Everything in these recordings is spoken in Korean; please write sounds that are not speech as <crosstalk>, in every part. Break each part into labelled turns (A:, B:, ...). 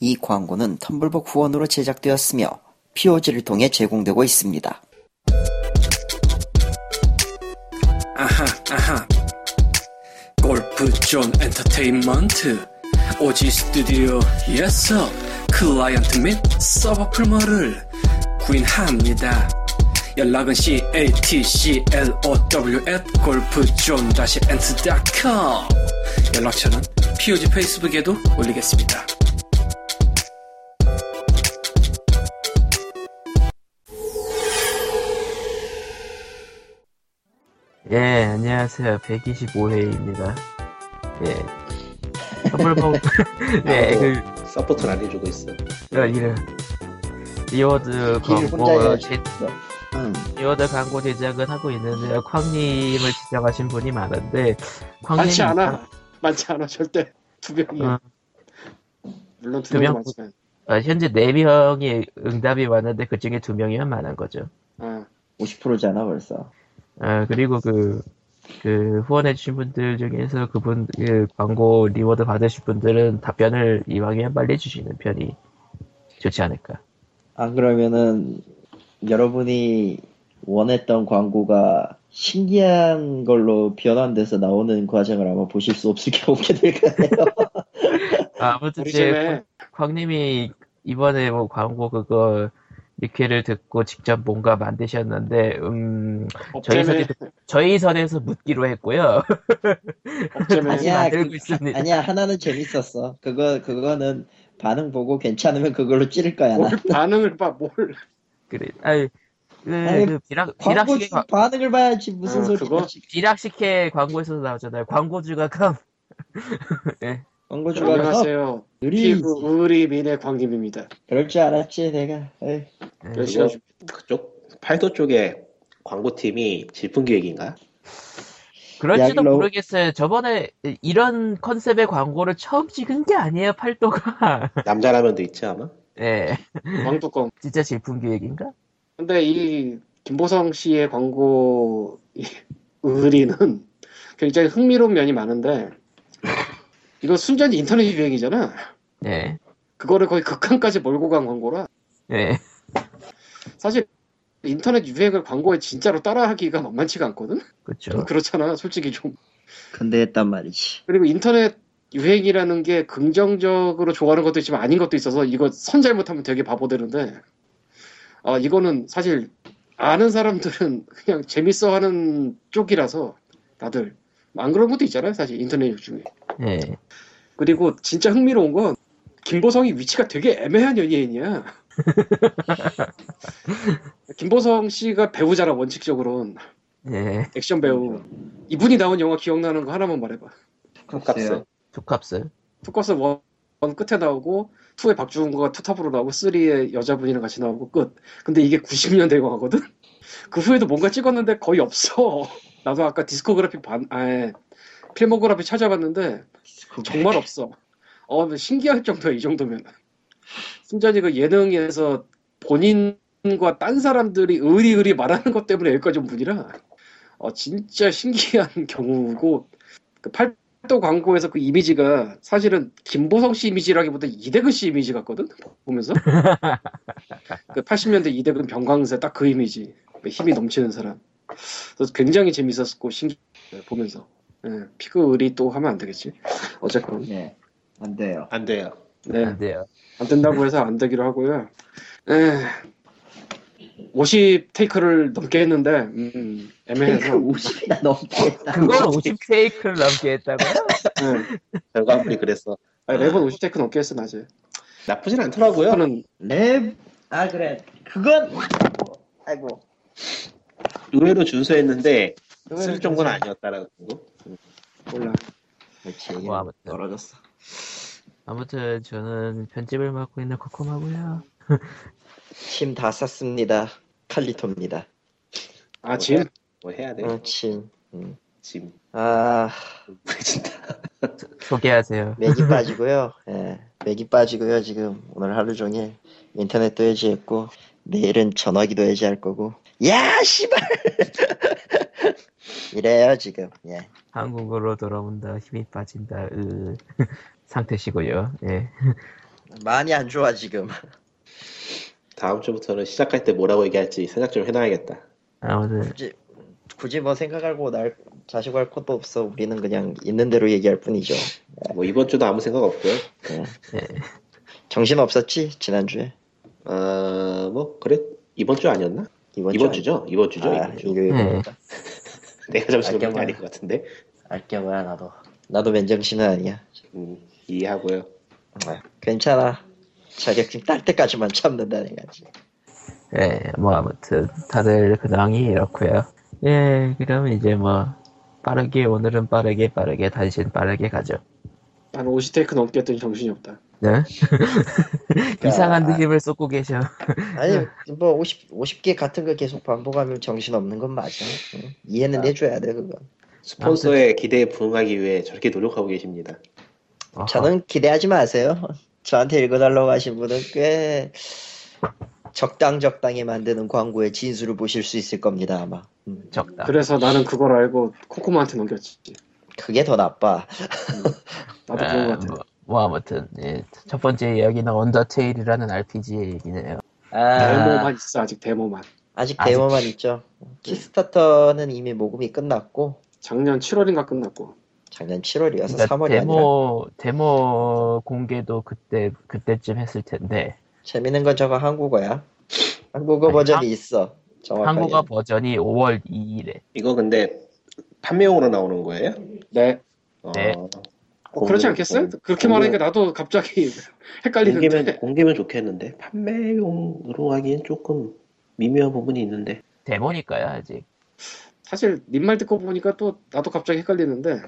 A: 이 광고는 텀블벅 후원으로 제작되었으며 POG를 통해 제공되고 있습니다.
B: 아하 아하 골프존 엔터테인먼트 오지 스튜디오 예서 클라이언트 및 서버 풀머를 구인합니다 연락은 catclow at 골프존 다시 엔트.com 연락처는 POG 페이스북에도 올리겠습니다
C: 예, 안녕하세요. 125회입니다. 예.
D: <laughs>
C: 텀블벅, 예, 그,
E: 서포트를 안 해주고 있어.
C: 어, 이런. 리워드
A: 길
C: 광고,
A: 혼자
C: 제-
A: 음,
C: 리워드 광고 제작을 하고 있는데요. 쾅님을 지정하신 분이 많은데, 쾅님.
D: 많지 않아. 많지 않아. 절대 두 명이.
C: 어.
D: 물론 두
C: 두
D: 명도
C: 명?
D: 많지만.
C: 아, 현재 4명이 응답이 많은데, 그 중에 2명이면 많은 거죠.
D: 아,
A: 50%잖아 벌써.
C: 아, 그리고 그, 그, 후원해주신 분들 중에서 그분, 그 광고 리워드 받으실 분들은 답변을 이왕이면 빨리 해주시는 편이 좋지 않을까.
A: 안 아, 그러면은 여러분이 원했던 광고가 신기한 걸로 변환돼서 나오는 과정을 아마 보실 수 없을 <laughs> 게 오게 될 거예요.
C: 아, 아무튼,
D: 우리
C: 이제,
D: 집에
C: 광님이 이번에 뭐 광고 그거 리퀘를 듣고 직접 뭔가 만드셨는데 음 저희
D: 업체매,
C: 선에 저희 선에서 묻기로 했고요 <laughs> 다시
D: 업체매.
A: 아니야,
C: 만들고
A: 그-
D: 네.
C: 있습니다.
A: 아니야 하나는 재밌었어. 그거 그거는 반응 보고 괜찮으면 그걸로 찌를 거야 나.
D: 뭘 반응을 봐, 뭘.
C: 그래 아유 그,
A: 아니,
C: 그 비락
A: 광고
C: 비락식의 광-
A: 반응을 봐야지 무슨
D: 어,
A: 소리야.
D: 그거?
C: 비락식의 광고에서 나오잖아요. 광고주가 컴
A: 광고주가 그래서
D: 안녕하세요.
A: 느리.
D: 피부 우리 민의
C: 네,
D: 광님입니다.
A: 그럴 줄 알았지 내가. 에이. 그렇죠.
D: 몇 시간
E: 그거- 그쪽 팔도 쪽에 광고팀이 질풍 기획인가?
C: 그럴지도
A: 야, 너-
C: 모르겠어요. 저번에 이런 컨셉의 광고를 처음 찍은 게 아니에요. 팔도가 <laughs>
E: 남자라면도 있지 아마.
C: 예
D: 왕뚜껑.
C: 진짜 질품 기획인가?
D: 근데 이 김보성 씨의 광고 이 의리는 굉장히 흥미로운 면이 많은데 이거 순전히 인터넷 유행이잖아.
C: 예
D: 그거를 거의 극한까지 몰고 간 광고라
C: 예.
D: 사실 인터넷 유행을 광고에 진짜로 따라하기가 만만치가 않거든.
C: 그렇죠.
D: 좀 그렇잖아, 솔직히 좀.
A: 근데 했단 말이지.
D: 그리고 인터넷 유행이라는 게 긍정적으로 좋아하는 것도 있지만 아닌 것도 있어서 이거 선 잘못하면 되게 바보 되는데, 아, 이거는 사실 아는 사람들은 그냥 재밌어 하는 쪽이라서 다들. 안 그런 것도 있잖아요, 사실 인터넷 유행 중에.
C: 예.
D: 그리고 진짜 흥미로운 건 김보성이 위치가 되게 애매한 연예인이야. 김보성 씨가 배우자라 원칙적으로는
C: 예.
D: 액션 배우. 이분이 나온 영화 기억나는 거 하나만 말해봐.
E: 값값을.
C: 두캅스.
D: 투커스 원, 원 끝에 나오고 투에 박주훈과 투탑으로 나오고 쓰리에 여자분이랑 같이 나오고 끝. 근데 이게 90년대 영화거든. <laughs> 그 후에도 뭔가 찍었는데 거의 없어. <laughs> 나도 아까 디스코그래피 반, 아예 필모그래피 찾아봤는데 정말 없어. 어 신기할 정도야 이 정도면. 순전히 그 예능에서 본인과 딴 사람들이 의리의리 말하는 것 때문에 여기까지 온 분이라 어, 진짜 신기한 <laughs> 경우고 그 팔, 또 광고에서 그 이미지가 사실은 김보성 씨 이미지라기보다 이대근 씨 이미지 같거든 보면서 그 80년대 이대근 병광세 딱 그 이미지 힘이 넘치는 사람 그래서 굉장히 재밌었고 신기 보면서 예, 피그을이 또 하면 안 되겠지 어쨌건
A: 네. 안 돼요.
E: 안 돼요.
D: 네,
C: 안 돼요.
D: 안 된다고 해서 안 되기로 하고요 에, 50 테이크를 넘게 했는데 음, 애매해서
A: 50이나 넘게 했다.
C: 그걸 50 테이크를 넘게 했다고요?
D: 예.
E: 결과물이 그래서
D: 아, 랩은 50 테이크 넘게 했어 낮에
E: 나쁘진 않더라고요.
D: 저는
A: 랩? 아 그래 그건 아이고
E: 의외로 준수했는데 쓸
D: 의외로
E: 정도는 아니었다라는 거.
D: 몰라
A: 그렇지
C: 뭐 아무튼
A: 떨어졌어
C: 아무튼 저는 편집을 맡고 있는 코코마고요.
A: 침 다 쌌습니다 칼리토입니다
D: 아 진?
E: 뭐 해야 돼?
A: 어, 침
E: 짐. <laughs>
A: 아
E: 진짜.
C: 소개하세요.
A: 맥이 빠지고요 예 맥이 빠지고요 지금 오늘 하루 종일 인터넷도 해지했고 내일은 전화기도 해지할 거고 야 씨발 <laughs> 이래요 지금 예
C: <laughs> 한국으로 돌아온다. 힘이 빠진다. 으. 상태시고요. 예.
A: 많이 안 좋아 지금.
E: 다음 주부터는 시작할 때 뭐라고 얘기할지 생각 좀 해놔야겠다.
C: 아무튼
A: 굳이 굳이 뭐 생각하고 날 자시고 할 것도 없어. 우리는 그냥 있는 대로 얘기할 뿐이죠.
E: 뭐 이번 주도 아무 생각 없고요.
A: 정신 없었지 지난주에
E: 아, 뭐 그래 이번 주 아니었나?
A: 이번,
E: 이번
A: 주
E: 주죠? 이번 주죠?
A: 아,
E: 이번 주.
A: 일요일
E: 내가 잠시
A: 알겠네.
E: 그런 게 아닌 것 같은데.
A: 알겸아 나도 나도 맨정신은 아니야.
E: 음, 이해하고요.
A: 아, 괜찮아. 자격증 딸 때까지만 참는다는 거지.
C: 예뭐 아무튼 다들 근황이 이렇고요 예 그럼 이제 뭐 빠르게 오늘은 빠르게 빠르게 단신 빠르게 가죠
D: 한 50테이크 넘게 했더니 정신이 없다.
C: 네? <laughs> 이상한
A: 아.
C: 느낌을 쏟고 계셔
A: 아니 뭐 50, 50개 같은 거 계속 반복하면 정신없는 건 맞아. 응? 이해는 해줘야 돼 그건.
E: 스폰서의 기대에 부응하기 위해 저렇게 노력하고 계십니다.
C: 어허.
A: 저는 기대하지 마세요. <laughs> 저한테 읽어달라고 하신 분은 꽤 적당 적당히 만드는 광고의 진수를 보실 수 있을 겁니다 아마. 음,
C: 적다
D: 그래서 나는 그걸 알고 코코마한테 넘겼지.
A: 그게 더 나빠.
D: 나도 그런 것
C: 아,
D: 같아.
C: 뭐, 뭐 아무튼 예, 첫 번째 이야기는 언더테일이라는 RPG의 얘기네요.
A: 아,
D: 데모만 있어 아직 데모만.
A: 아직
C: 아직- 네.
A: 데모만 있죠. 키스타터는 이미 모금이 끝났고
D: 작년 7월인가 끝났고.
A: 작년 7월이어서
C: 그러니까
A: 3월이 아니라
C: 데모 데모 공개도 그때 그때쯤 했을 텐데
A: 재밌는 건 저거 한국어야. 한국어
C: 아니,
A: 버전이
C: 한-
A: 있어. 뭐 정확하게.
C: 한국어 버전이 5월 2일에
E: 이거 근데 판매용으로 나오는 거예요?
D: 네.
E: 어,
C: 네.
D: 어, 그렇지 않겠어요? 그렇게 말하니까 나도 갑자기 <laughs> 헷갈리는데.
E: 공개면 공개면 좋겠는데 판매용으로 하기엔 조금 미묘한 부분이 있는데
C: 데모니까요 아직.
D: 사실 님 말 듣고 보니까 또 나도 갑자기 헷갈리는데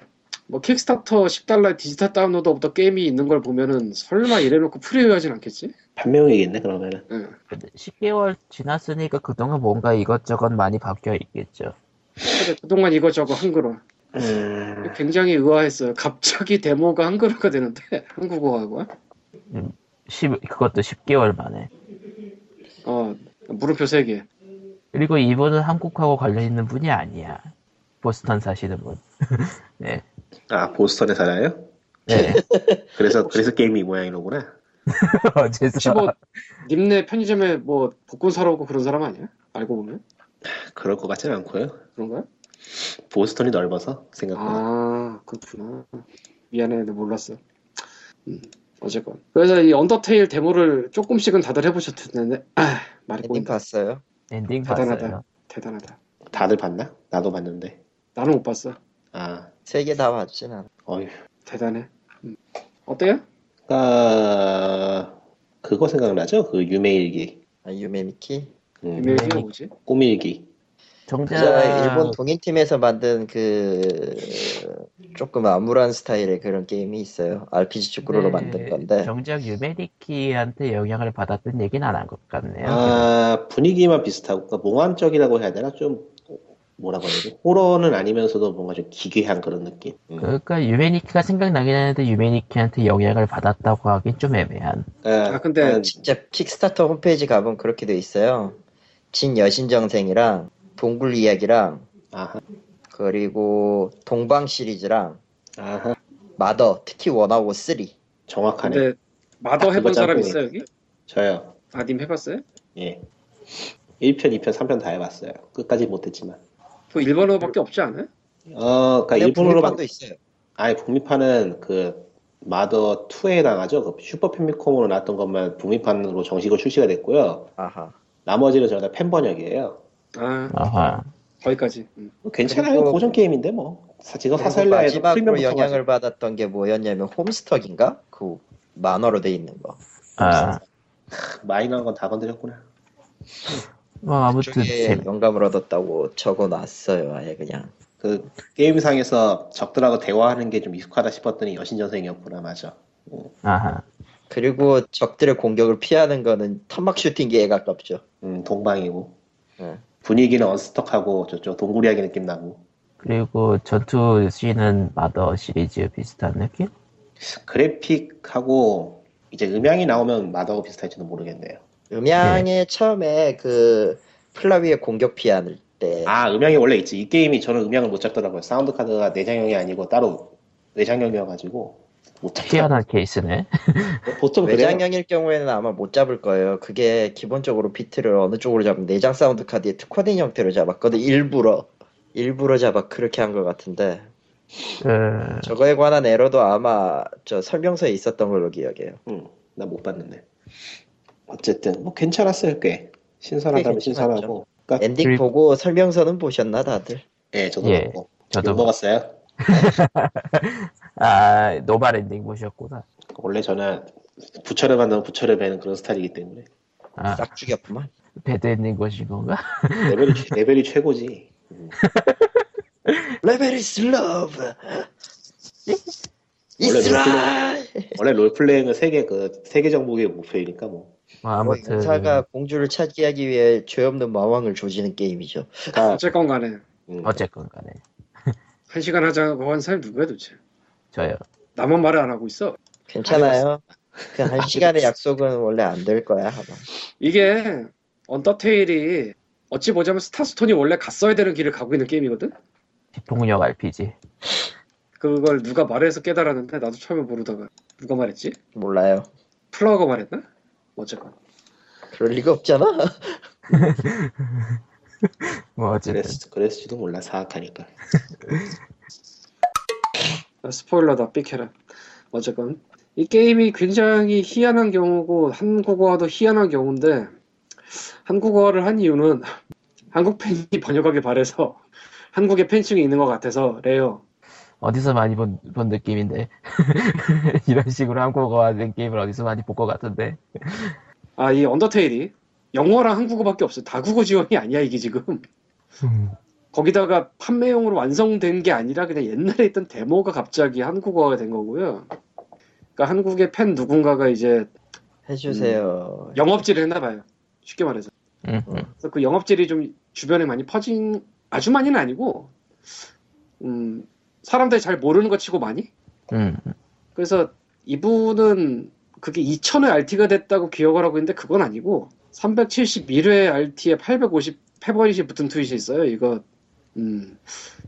D: 뭐 킥스타터 10달러 디지털 다운로드 오브 더 게임이 있는 걸 보면은 설마 이래놓고 프리뷰하진 않겠지?
E: 판매용이겠네 그러면은
D: 응.
C: 근데 10개월 지났으니까 그동안 뭔가 이것저것 많이 바뀌어 있겠죠.
D: 근데 그동안 이거저거 한글화
E: 음,
D: 굉장히 의아했어요. 갑자기 데모가 한글화가 되는데 <laughs> 한국어하고
C: 10 그것도 10개월 만에.
D: 어 물음표 3개
C: 그리고 이분은 한국하고 관련 있는 분이 아니야. 보스턴 사시는 분. <laughs> 네.
E: 아 보스턴에 살아요?
C: 네.
A: <laughs>
E: 그래서 그래서 게임이 이 모양이로구나
D: 혹시
C: 어, 죄송.
D: 뭐 <laughs> 님네 편의점에 뭐 복권 사러 오고 그런 사람 아니야? 알고 보면
E: 그럴 것 같진 않고요
D: 그런가요?
E: 보스턴이 넓어서 생각보다
D: 아 그렇구나 미안해 나 몰랐어 음, 어쨌건 그래서 이 언더테일 데모를 조금씩은 다들 해보셨을 텐데 <clears throat> 아, 말이
A: 엔딩
E: 그러니까.
D: 꼬인다
A: 봤어요.
C: 엔딩
D: 대단하다.
C: 봤어요.
D: 대단하다
E: 다들 봤나? 나도 봤는데
D: 나는 못 봤어
E: 아
A: 세 개 다 봤진 않아.
E: 어휴
D: 대단해 음. 어때요?
E: 아 그거 생각나죠? 그 유메일기
A: 아, 유메미키.
E: 음,
D: 이메일이 뭐지?
E: 꾸밀기
C: 정작
A: 그전에 일본 동인팀에서 만든 그 조금 암울한 스타일의 그런 게임이 있어요. RPG 축구로로
C: 네,
A: 만든 건데.
C: 정작 유메디키한테 영향을 받았던 얘기는 안 한 것 같네요.
E: 아 분위기만 비슷하고 그러니까 몽환적이라고 해야 되나 좀 뭐라고 해야 되지 호러는 아니면서도 뭔가 좀 기괴한 그런 느낌 음.
C: 그러니까 유메니키가 생각나긴 하는데 유메니키한테 영향을 받았다고 하긴 좀 애매한.
E: 아,
D: 아, 근데
E: 약간
A: 진짜 킥스타터 홈페이지 가보면 그렇게 돼 있어요. 진 여신정생이랑 동굴 이야기랑
E: 아하
A: 그리고 동방 시리즈랑
E: 아하
A: 마더 특히 원하고 쓰리
E: 정확하네
D: 근데 마더
E: 딱 아, 그거
D: 해본 사람
E: 짬뽕이.
D: 있어요 여기?
E: 저요
D: 아 님 해봤어요?
E: 예 1편 2편 3편 다 해봤어요 끝까지 못했지만
D: 그 일본어밖에 없지 않아요?
E: 어 그러니까
A: 근데
E: 일본어로만
A: 북미판도 있어요.
E: 아예 북미판은 그 마더 2에 나가죠 그 슈퍼 팬미콤으로 나왔던 것만 북미판으로 정식으로 출시가 됐고요
A: 아하.
E: 나머지는 전부 다팬 번역이에요
D: 아
C: 아하.
D: 거기까지 음.
E: 뭐 괜찮아요
A: 그리고-
E: 고전 게임인데 뭐 사- 지금
A: 그리고
E: 사살라에서
A: 마지막으로
E: 프리미엄부터
A: 영향을 받았던 게 뭐였냐면 홈스터인가 그 만화로 돼 있는 거.
C: 아,
E: 마이너한 건 다 건드렸구나
C: 뭐 아무튼
A: 그쪽에
C: 재-
A: 영감을 얻었다고 적어놨어요. 아예 그냥.
E: 그 게임상에서 적들하고 대화하는 게 좀 익숙하다 싶었더니 여신전생이었구나 맞아
C: 아하.
A: 그리고 적들의 공격을 피하는 거는 탄막 슈팅기에 가깝죠.
E: 음, 동방이고
A: 네.
E: 분위기는 언스턱하고 저쪽 동굴 이야기 느낌 나고
C: 그리고 전투 씬은 마더 시리즈 비슷한 느낌?
E: 그래픽하고 이제 음향이 나오면 마더하고 비슷할지도 모르겠네요
A: 음향에 처음에 그 플라위의 공격 피하는 때
E: 아 음향이 원래 있지 이 게임이 저는 음향을 못 잡더라고요 사운드 카드가 내장형이 아니고 따로 외장형이어가지고 못하더라.
C: 희한한 케이스네.
E: 보통 그래요.
A: 외장형일 경우에는 아마 못 잡을 거예요. 그게 기본적으로 비트를 어느 쪽으로 잡으면 내장 사운드 카드에 특화된 형태로 잡았거든. 일부러 일부러 잡아 그렇게 한 것 같은데
C: 그,
A: 저거에 관한 에러도 아마 저 설명서에 있었던 걸로 기억해요.
E: 응, 나 못 봤는데. 어쨌든 뭐 괜찮았어요 꽤. 신선하다면
A: 꽤
E: 신선하고. 그러니까
A: 엔딩
C: 그리고-
A: 보고 설명서는 보셨나 다들?
E: 예, 저도
C: 예,
E: 먹고.
C: 저도
E: 욕 먹었어요.
C: 아, 노발 엔딩 보셨구나.
E: 원래 저는 부처를 만나면 부처를 베는 그런 스타일이기 때문에
C: 아,
A: 싹 죽였구만.
C: 배드 엔딩 보신 건가?
E: 레벨이 최-
C: <laughs>
E: 레벨이 최고지. 음.
A: 레벨 이스 러브.
E: 원래
D: 뭐
A: 이스라엘.
E: 원래 롤플레잉은 세계 그 세계 정복의 목표이니까 뭐.
C: 뭐,
A: 뭐
C: 아무튼.
A: 인사가 공주를 차지하기 위해 죄 없는 마왕을 조지는 게임이죠.
E: 그러니까
D: 어쨌건 간에
E: 음,
C: 어쨌건 간에.
D: 한 시간 하자고 한 사람이 누구야 도대체?
C: 저요.
D: 나만 말을 안 하고 있어.
A: 괜찮아요. 그 한 시간의 약속은 원래 안 될 거야 아마.
D: 이게 언더테일이 어찌 보자면 스타스톤이 원래 갔어야 되는 길을 가고 있는 게임이거든.
C: 폭력 RPG.
D: 그걸 누가 말해서 깨달았는데 나도 처음에 모르다가 누가 말했지?
A: 몰라요.
D: 플라워가 말했나? 어쨌건
A: 그럴 리가 없잖아.
D: 음.
C: 뭐, 어쨌든.
E: 그랬, 그랬을지도 몰라 사악하니까.
D: 아, 스포일러다 삐켜라. 어쨌건 이 게임이 굉장히 희한한 경우고 한국어도 희한한 경우인데 한국어를 한 이유는 한국 팬이 번역하길 바래서 한국의 팬층이 있는 것 같아서 래요.
C: 어디서 많이 본, 본 느낌인데. <laughs> 이런 식으로 한국어가 된 게임을 어디서 많이 볼 것 같은데.
D: 아 이 언더테일이 영어랑 한국어밖에 없어. 다 국어 지원이 아니야 이게 지금.
C: 음.
D: 거기다가 판매용으로 완성된 게 아니라 그냥 옛날에 있던 데모가 갑자기 한국어가 된 거고요. 그러니까 한국의 팬 누군가가 이제
A: 해주세요.
D: 영업질을 했나 봐요. 쉽게 말해서.
C: 음, 음.
D: 그래서 그 영업질이 좀 주변에 많이 퍼진 아주 많이는 아니고 음, 사람들이 잘 모르는 것 치고 많이.
C: 음.
D: 그래서 이분은 그게 2000회 RT가 됐다고 기억을 하고 있는데 그건 아니고 371회 RT에 850 페버릿이 붙은 트윗이 있어요. 이거 음,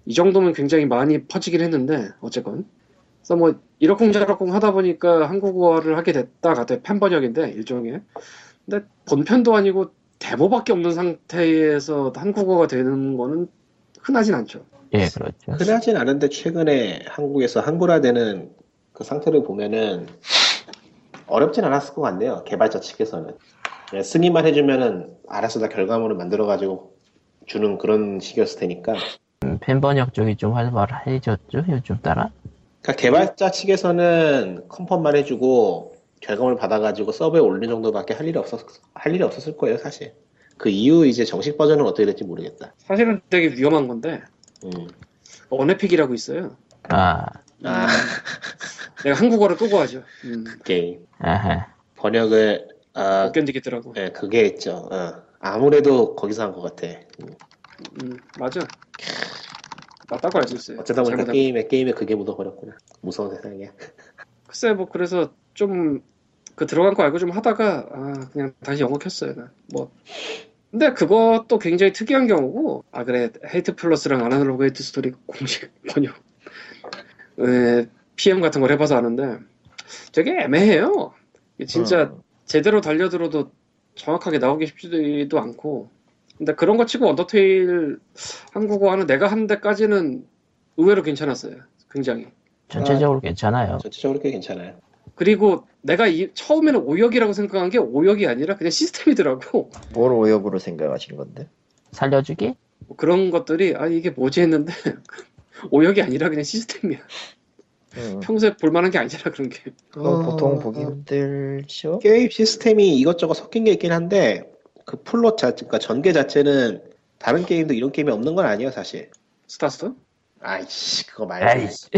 D: 이 정도면 굉장히 많이 퍼지긴 했는데 어쨌건 그래서 뭐 이러쿵저러쿵 하다 보니까 한국어를 하게 됐다가 돼. 팬 번역인데 일종의 근데 본편도 아니고 데모밖에 없는 상태에서 한국어가 되는 거는 흔하진 않죠.
C: 예, 그렇죠.
E: 흔하진 않은데 최근에 한국에서 한글화되는 그 상태를 보면은 어렵진 않았을 것 같네요. 개발자 측에서는 그냥 승인만 해주면은 알아서 다 결과물을 만들어가지고 주는 그런 식이었을 테니까.
C: 음, 팬 번역 쪽이 좀 활발해졌죠? 요즘 따라?
E: 그러니까 개발자 측에서는 컴펌만 해주고 결과물 받아가지고 서버에 올리는 정도밖에 할 일이 없었 할 일이 없었을 거예요 사실. 그 이후 이제 정식 버전은 어떻게 될지 모르겠다.
D: 사실은 되게 위험한 건데
E: 음.
D: 언에픽이라고 있어요.
C: 아,
E: 아
D: 음. 내가 한국어를 끄고 하죠. 음,
E: 게임
C: 아하.
E: 번역을 아
D: 못 견디겠더라고.
E: 네, 그게 있죠. 어. 아무래도 거기서 한 것 같아. 음.
D: 음, 맞아. 맞다고 알수 있어요.
E: 어쩌다 보니까
D: 잘못하면.
E: 게임에 게임에 그게 묻어버렸구나. 무서운 세상이야.
D: 글쎄 뭐 그래서 좀 그 들어간 거 알고 좀 하다가 아 그냥 다시 영어 켰어요. 나. 뭐 근데 그것도 굉장히 특이한 경우고 아 그래 헤이트 플러스랑 아날로그 헤이트 스토리 공식 <laughs> 번역 에, PM 같은 걸 해봐서 아는데 되게 애매해요. 이게 진짜
A: 어.
D: 제대로 달려들어도 정확하게 나오기 쉽지도 않고 근데 그런 거 치고 언더테일 한국어 하는 내가 하는 데까지는 의외로 괜찮았어요 굉장히
C: 전체적으로 괜찮아요.
E: 전체적으로 꽤 괜찮아요.
D: 그리고 내가 이- 처음에는 오역이라고 생각한 게 오역이 아니라 그냥 시스템이더라고 <laughs>
A: 뭘 오역으로 생각하신 건데?
C: 살려주기?
D: 뭐 그런 것들이 아 이게 뭐지 했는데 <laughs> 오역이 아니라 그냥 시스템이야
A: 음.
D: 평소에 볼만한 게 아니잖아 그런 게
A: 그건 보통 보기
E: 어,
A: 힘들죠.
E: 게임 시스템이 이것저것 섞인 게 있긴 한데 그 플롯 자체, 그러니까 전개 자체는 다른 게임도 이런 게임이 없는 건 아니에요 사실.
D: 스타스톤?
E: 아이씨 그거 말고
C: 에이씨.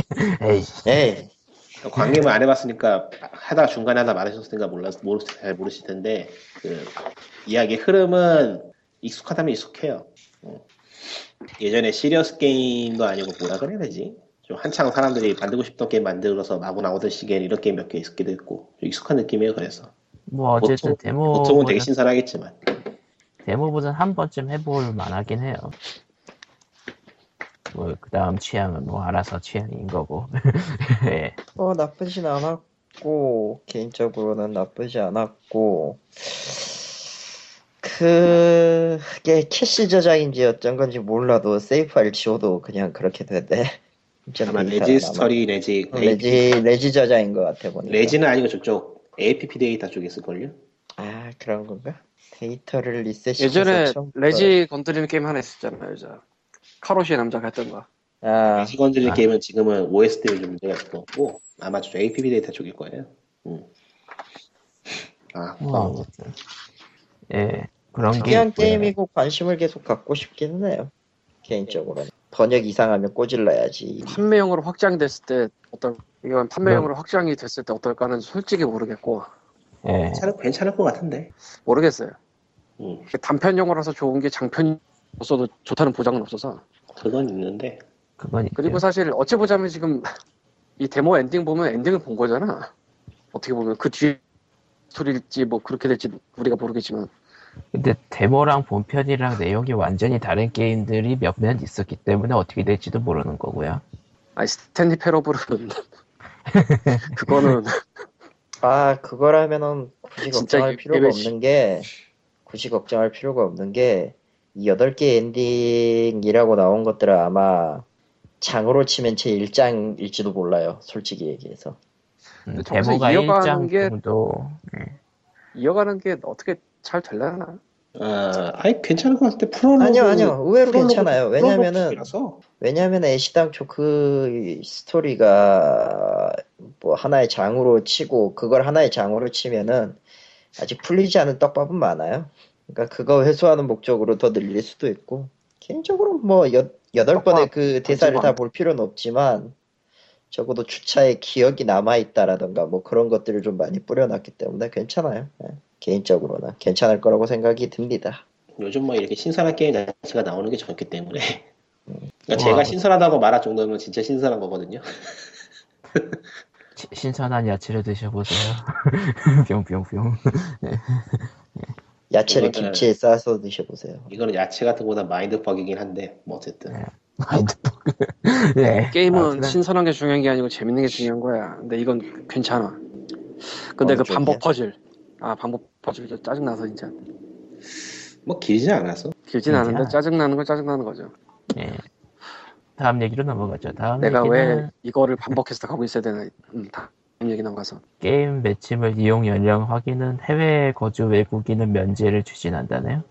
C: 에이씨.
A: 에이,
E: 광림을 안 해봤으니까 하다 중간에 하다 말하셨으니까 몰라 모르 잘 모르실 텐데 그 이야기 흐름은 익숙하다면 익숙해요. 어. 예전에 시리어스 게임도 아니고 뭐라 그래야 되지? 좀 한창 사람들이 만들고 싶던 게임 만들어서 마구 나오던 시기에 이런 게임 몇 개 있기도 했고 좀 익숙한 느낌이에요. 그래서
C: 뭐, 어쨌든
E: 보통-
C: 데모.
E: 보통은 되게
C: 버전-
E: 신선하겠지만
C: 데모 버전 한 번쯤 해볼 만하긴 해요. 뭐 그다음 취향은 뭐 알아서 취향인 거고 <laughs> 예.
A: 어, 나쁘진 않았고, 개인적으로는 나쁘지 않았고, 그게 캐시 저장인지 어쩐 건지 몰라도 세이프 파일 지워도 그냥 그렇게 되대. 이제
E: 아마
A: 데이터는
E: 레지 스토리 레지
A: 아마- 음, 레지, 레지 저장인 것 같아, 보니까.
E: 레지는 아니고 저쪽 APP 데이터 쪽에 있을걸요?
A: 아, 그런 건가? 데이터를 리셋시켜서
D: 예전에
A: 처음부터-
D: 레지 건드리는 게임 하나 있었잖아요, 여자. 카로시의 남자가 했던 거.
A: 아,
E: 레지 건드릴
C: 아.
E: 게임은 지금은 OS 때문에 좀 문제가 있을 것 같고 아마 저쪽 APP 데이터 쪽일 거예요. 음. 아,
A: 음.
C: 뭐
E: 어.
C: 아무튼 예 그런 게
A: 특이한
C: 있고요.
A: 게임이고 관심을 계속 갖고 싶기는 해요. 개인적으로는. 번역 이상하면 꼬질러야지.
D: 판매용으로 확장됐을 때 어떨? 이건 판매용으로 확장이 됐을 때 어떨까는 솔직히 모르겠고
C: 예.
E: 괜찮을, 괜찮을 것 같은데.
D: 모르겠어요.
E: 음,
D: 단편용어라서 좋은 게 장편으로서도 좋다는 보장은 없어서.
E: 그건 있는데.
C: 그건 있죠.
D: 그리고 사실 어찌 보자면 지금 이 데모 엔딩 보면 엔딩을 본 거잖아. 어떻게 보면 그 뒤에 스토리일지 뭐 그렇게 될지 우리가 모르겠지만
C: 근데 데모랑 본편이랑 내용이 완전히 다른 게임들이 몇몇 있었기 때문에 어떻게 될지도 모르는 거고요.
D: 아니 스탠리 페러블은 그거는
A: 아, 그거라면은 굳이
D: 진짜
A: 걱정할
D: 이-
A: 필요가
D: 이거 씨-
A: 없는 게, 굳이 걱정할 필요가 없는 게, 이 8개 엔딩이라고 나온 것들은 아마 장으로 치면 제 1장일지도 몰라요. 솔직히 얘기해서.
C: 음,
D: 근데 저기서
C: 데모가
D: 이어가는
C: 1장
D: 게-
C: 정도
D: 이어가는 게 어떻게 잘 될려나?
E: 어, 아니 괜찮을 것 같은데 프롤로그
A: 아니요, 아니요. 의외로 괜찮아요. 왜냐면은,
E: 프롤로그라서
A: 왜냐면 애시당초 그 스토리가 뭐 하나의 장으로 치고 그걸 하나의 장으로 치면은 아직 풀리지 않은 떡밥은 많아요. 그러니까 그거 회수하는 목적으로 더 늘릴 수도 있고 개인적으로 뭐 여, 여덟 번의 그 대사를 다 볼 필요는 없지만 적어도 주차에 기억이 남아있다라던가 뭐 그런 것들을 좀 많이 뿌려놨기 때문에 괜찮아요. 예, 개인적으로는 괜찮을 거라고 생각이 듭니다.
E: 요즘 뭐 이렇게 신선한 게임 자체가 나오는 게 적기 때문에.
A: 음.
E: 그러니까
C: 와.
E: 제가 신선하다고 말할 정도면 진짜 신선한 거거든요.
C: 시- 신선한 야채를 드셔보세요. <laughs> 뿅뿅뿅.
A: 야채를
E: 이거는-
A: 김치에 싸서 드셔보세요.
E: 이거는 야채 같은 거보다 마인드박이긴 한데 뭐 어쨌든
A: 음.
C: 마인드버그. 예.
D: 게임은
C: 아무튼
D: 신선한 게 중요한 게 아니고 재밌는 게 중요한 거야. 근데 이건 괜찮아. 근데
A: 어느
D: 그
A: 쪽이야?
D: 반복 퍼즐, 아 반복 퍼즐 이 짜증 나서 진짜
E: 뭐 길지 않아서
D: 길진
C: 괜찮아.
D: 않은데 짜증 나는 건 짜증 나는 거죠.
C: 예. 다음 얘기로 넘어가죠. 다음
D: 내가
C: 얘기는
D: 왜 이거를 반복해서 가고 있어야 되나? 음, 다 얘기 나가서
C: 게임 매칭을 이용 연령 확인은 해외 거주 외국인은 면제를 추진한다네요.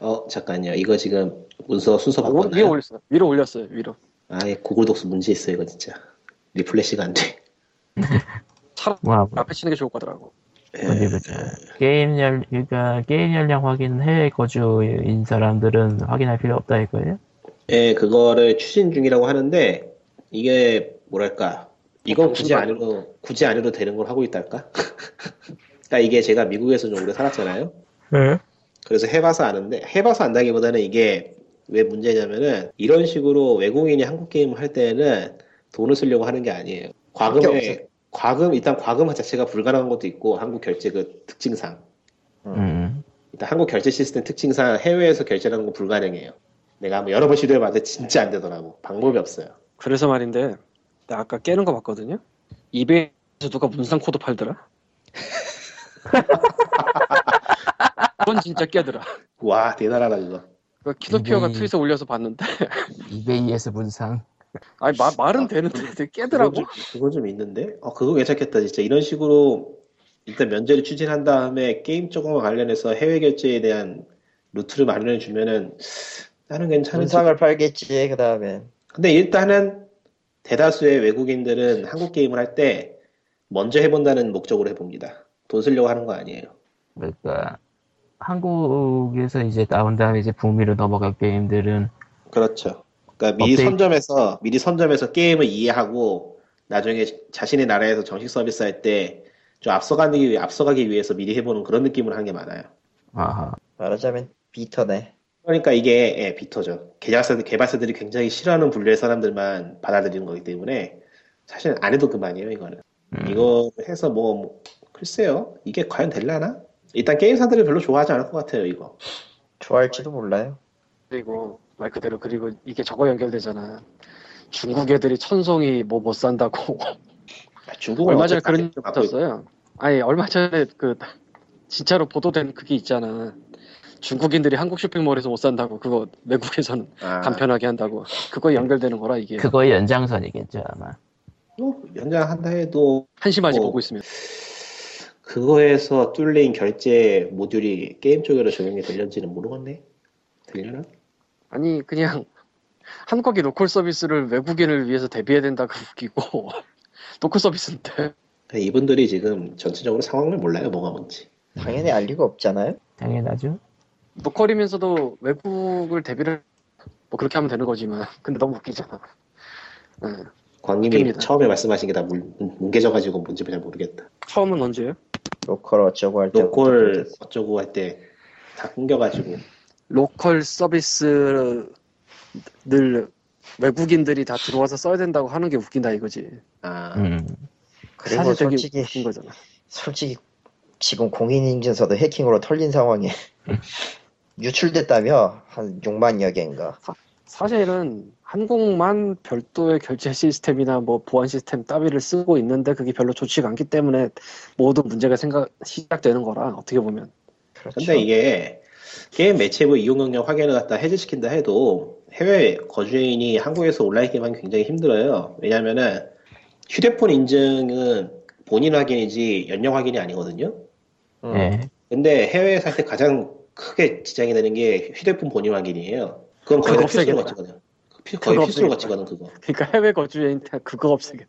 E: 어 잠깐요 이거 지금 문서 순서
A: 아,
D: 오, 위에
E: 바꿨나요?
D: 올렸어. 위로 올렸어요. 위로.
E: 아예 구글 독서 문제 있어 이거 진짜 리플래시가 <laughs> 안돼
D: 차라리
C: 와,
D: 앞에 치는 게 좋을 거더라고.
E: 예,
C: 어디 보자. 뭐, 게임 연 그러니까 게임 연령 확인은 해외 거주인 사람들은 확인할 필요 없다 이거예요?
E: 예 그거를 추진 중이라고 하는데 이게 뭐랄까 이건 굳이 안 해도 굳이 안 해도 되는 걸 하고 있달까? <laughs> 그러니까 이게 제가 미국에서 좀 오래 살았잖아요
C: 네.
E: 그래서 해봐서 아는데 해봐서 안다기보다는 이게 왜 문제냐면은 이런 식으로 외국인이 한국 게임을 할 때는 돈을 쓰려고 하는 게 아니에요.
A: 밖에
E: 과금에 과금 일단 과금 자체가 불가능한 것도 있고 한국 결제 그 특징상
C: 음.
E: 일단 한국 결제 시스템 특징상 해외에서 결제하는 건 불가능해요. 내가 한번 여러 번 시도해봤는데 진짜 안 되더라고. 방법이 없어요.
D: 그래서 말인데 나 아까 깨는 거 봤거든요. 이베이에서 누가 문상 코드 팔더라? 그건 진짜 깨더라.
E: 와 대단하다 그거.
D: 그 키노피어가
C: 이베이.
D: 트윗에 올려서 봤는데
C: 이베이에서 문상.
D: 아니 마- 말은 되는데 되게 깨더라고.
E: 그건 좀, 그건 좀 있는데? 어, 그거 괜찮겠다, 진짜. 이런 식으로 일단 면제를 추진한 다음에 게임 쪽과 관련해서 해외 결제에 대한 루트를 마련해 주면은 나는 괜찮은
A: 문상을 팔겠지 그 다음에
E: 근데 일단은 대다수의 외국인들은 한국 게임을 할 때 먼저 해본다는 목적으로 해봅니다. 돈 쓰려고 하는 거 아니에요.
C: 그러니까 한국에서 이제 나온 다음에 이제 북미로 넘어갈 게임들은
E: 그렇죠. 그러니까 미리
C: 업데이트.
E: 선점해서 미리 선점해서 게임을 이해하고 나중에 자신의 나라에서 정식 서비스 할 때 좀 앞서가기 위해 앞서가기 위해서 미리 해보는 그런 느낌을 하는 게 많아요.
C: 아하.
A: 말하자면 비터네.
E: 그러니까 이게 예, 비터죠. 개발사들, 개발사들이 굉장히 싫어하는 분류의 사람들만 받아들이는 거기 때문에 사실 안 해도 그만이에요, 이거는.
C: 음.
E: 이거 해서 뭐, 뭐, 글쎄요. 이게 과연 될라나? 일단 게임사들이 별로 좋아하지 않을 것 같아요, 이거.
A: 좋아할지도 몰라요.
D: 그리고 말 그대로 그리고 이게 저거 연결되잖아. 중국 애들이 천송이 뭐 못 산다고
E: 아, 중국은
D: <laughs> 얼마 전에
E: 어쨌든
D: 그런
E: 아직도
D: 일이
E: 갖고 있-
D: 있었어요. 아니 얼마 전에 그 진짜로 보도된 그게 있잖아. 중국인들이 한국 쇼핑몰에서 못 산다고 그거 외국에서는
E: 아,
D: 간편하게 한다고 그거 연결되는 거라 이게
C: 그거의 연장선이겠죠 아마.
E: 뭐 연장한다 해도
D: 한심하지
E: 어.
D: 보고 있으면
E: 그거에서 뚫린 결제 모듈이 게임 쪽으로 적용이 될는지는 모르겠네. 들려나?
D: 아니 그냥 한국이 로컬 서비스를 외국인을 위해서 대비해야 된다고 <laughs> 웃기고 로컬 서비스인데
E: 근데 이분들이 지금 전체적으로 상황을 몰라요. 뭐가 뭔지.
A: 당연히 알 리가 없잖아요.
C: 당연하죠.
D: 로컬이면서도 외국을 대비를 뭐 그렇게 하면 되는 거지만 <laughs> 근데 너무 웃기잖아. 네. 응.
E: 광님이
D: 웃깁니다.
E: 처음에 말씀하신 게 다 뭉개져가지고 뭔지 잘 모르겠다.
D: 처음은 언제예요?
A: 로컬 어쩌고 할 때.
E: 로컬 어쩌고 할 때 다 끊겨가지고
D: 로컬 서비스를 외국인들이 다 들어와서 써야 된다고 하는 게 웃긴다 이거지.
E: 아
C: 음.
A: 그리고
D: 사실 저기
A: 솔직히
D: 웃긴 거잖아.
A: 솔직히 지금 공인인증서도 해킹으로 털린 상황에 유출됐다며 한 6만여 개인가.
D: 사실은 한국만 별도의 결제 시스템이나 뭐 보안 시스템 따위를 쓰고 있는데 그게 별로 좋지가 않기 때문에 모두 문제가 생각 시작되는 거라 어떻게 보면
A: 그렇죠.
E: 근데 이게 게임 매체부 이용 경력 확인을 갖다 해제시킨다 해도 해외 거주인이 한국에서 온라인 게임하기 굉장히 힘들어요. 왜냐면은 휴대폰 인증은 본인 확인이지 연령 확인이 아니거든요. 어.
A: 음.
C: 예.
E: 근데 해외에 살 때 가장 크게 지장이 되는 게 휴대폰 본인 확인이에요. 그건 거의 다
D: 그거
E: 필수로
D: 없애겠다.
E: 거치거든. 피- 거의
D: 그거
E: 필수로
D: 없애겠다.
E: 거치거든 그거.
D: 그러니까 해외 거주인한테 그거 없애게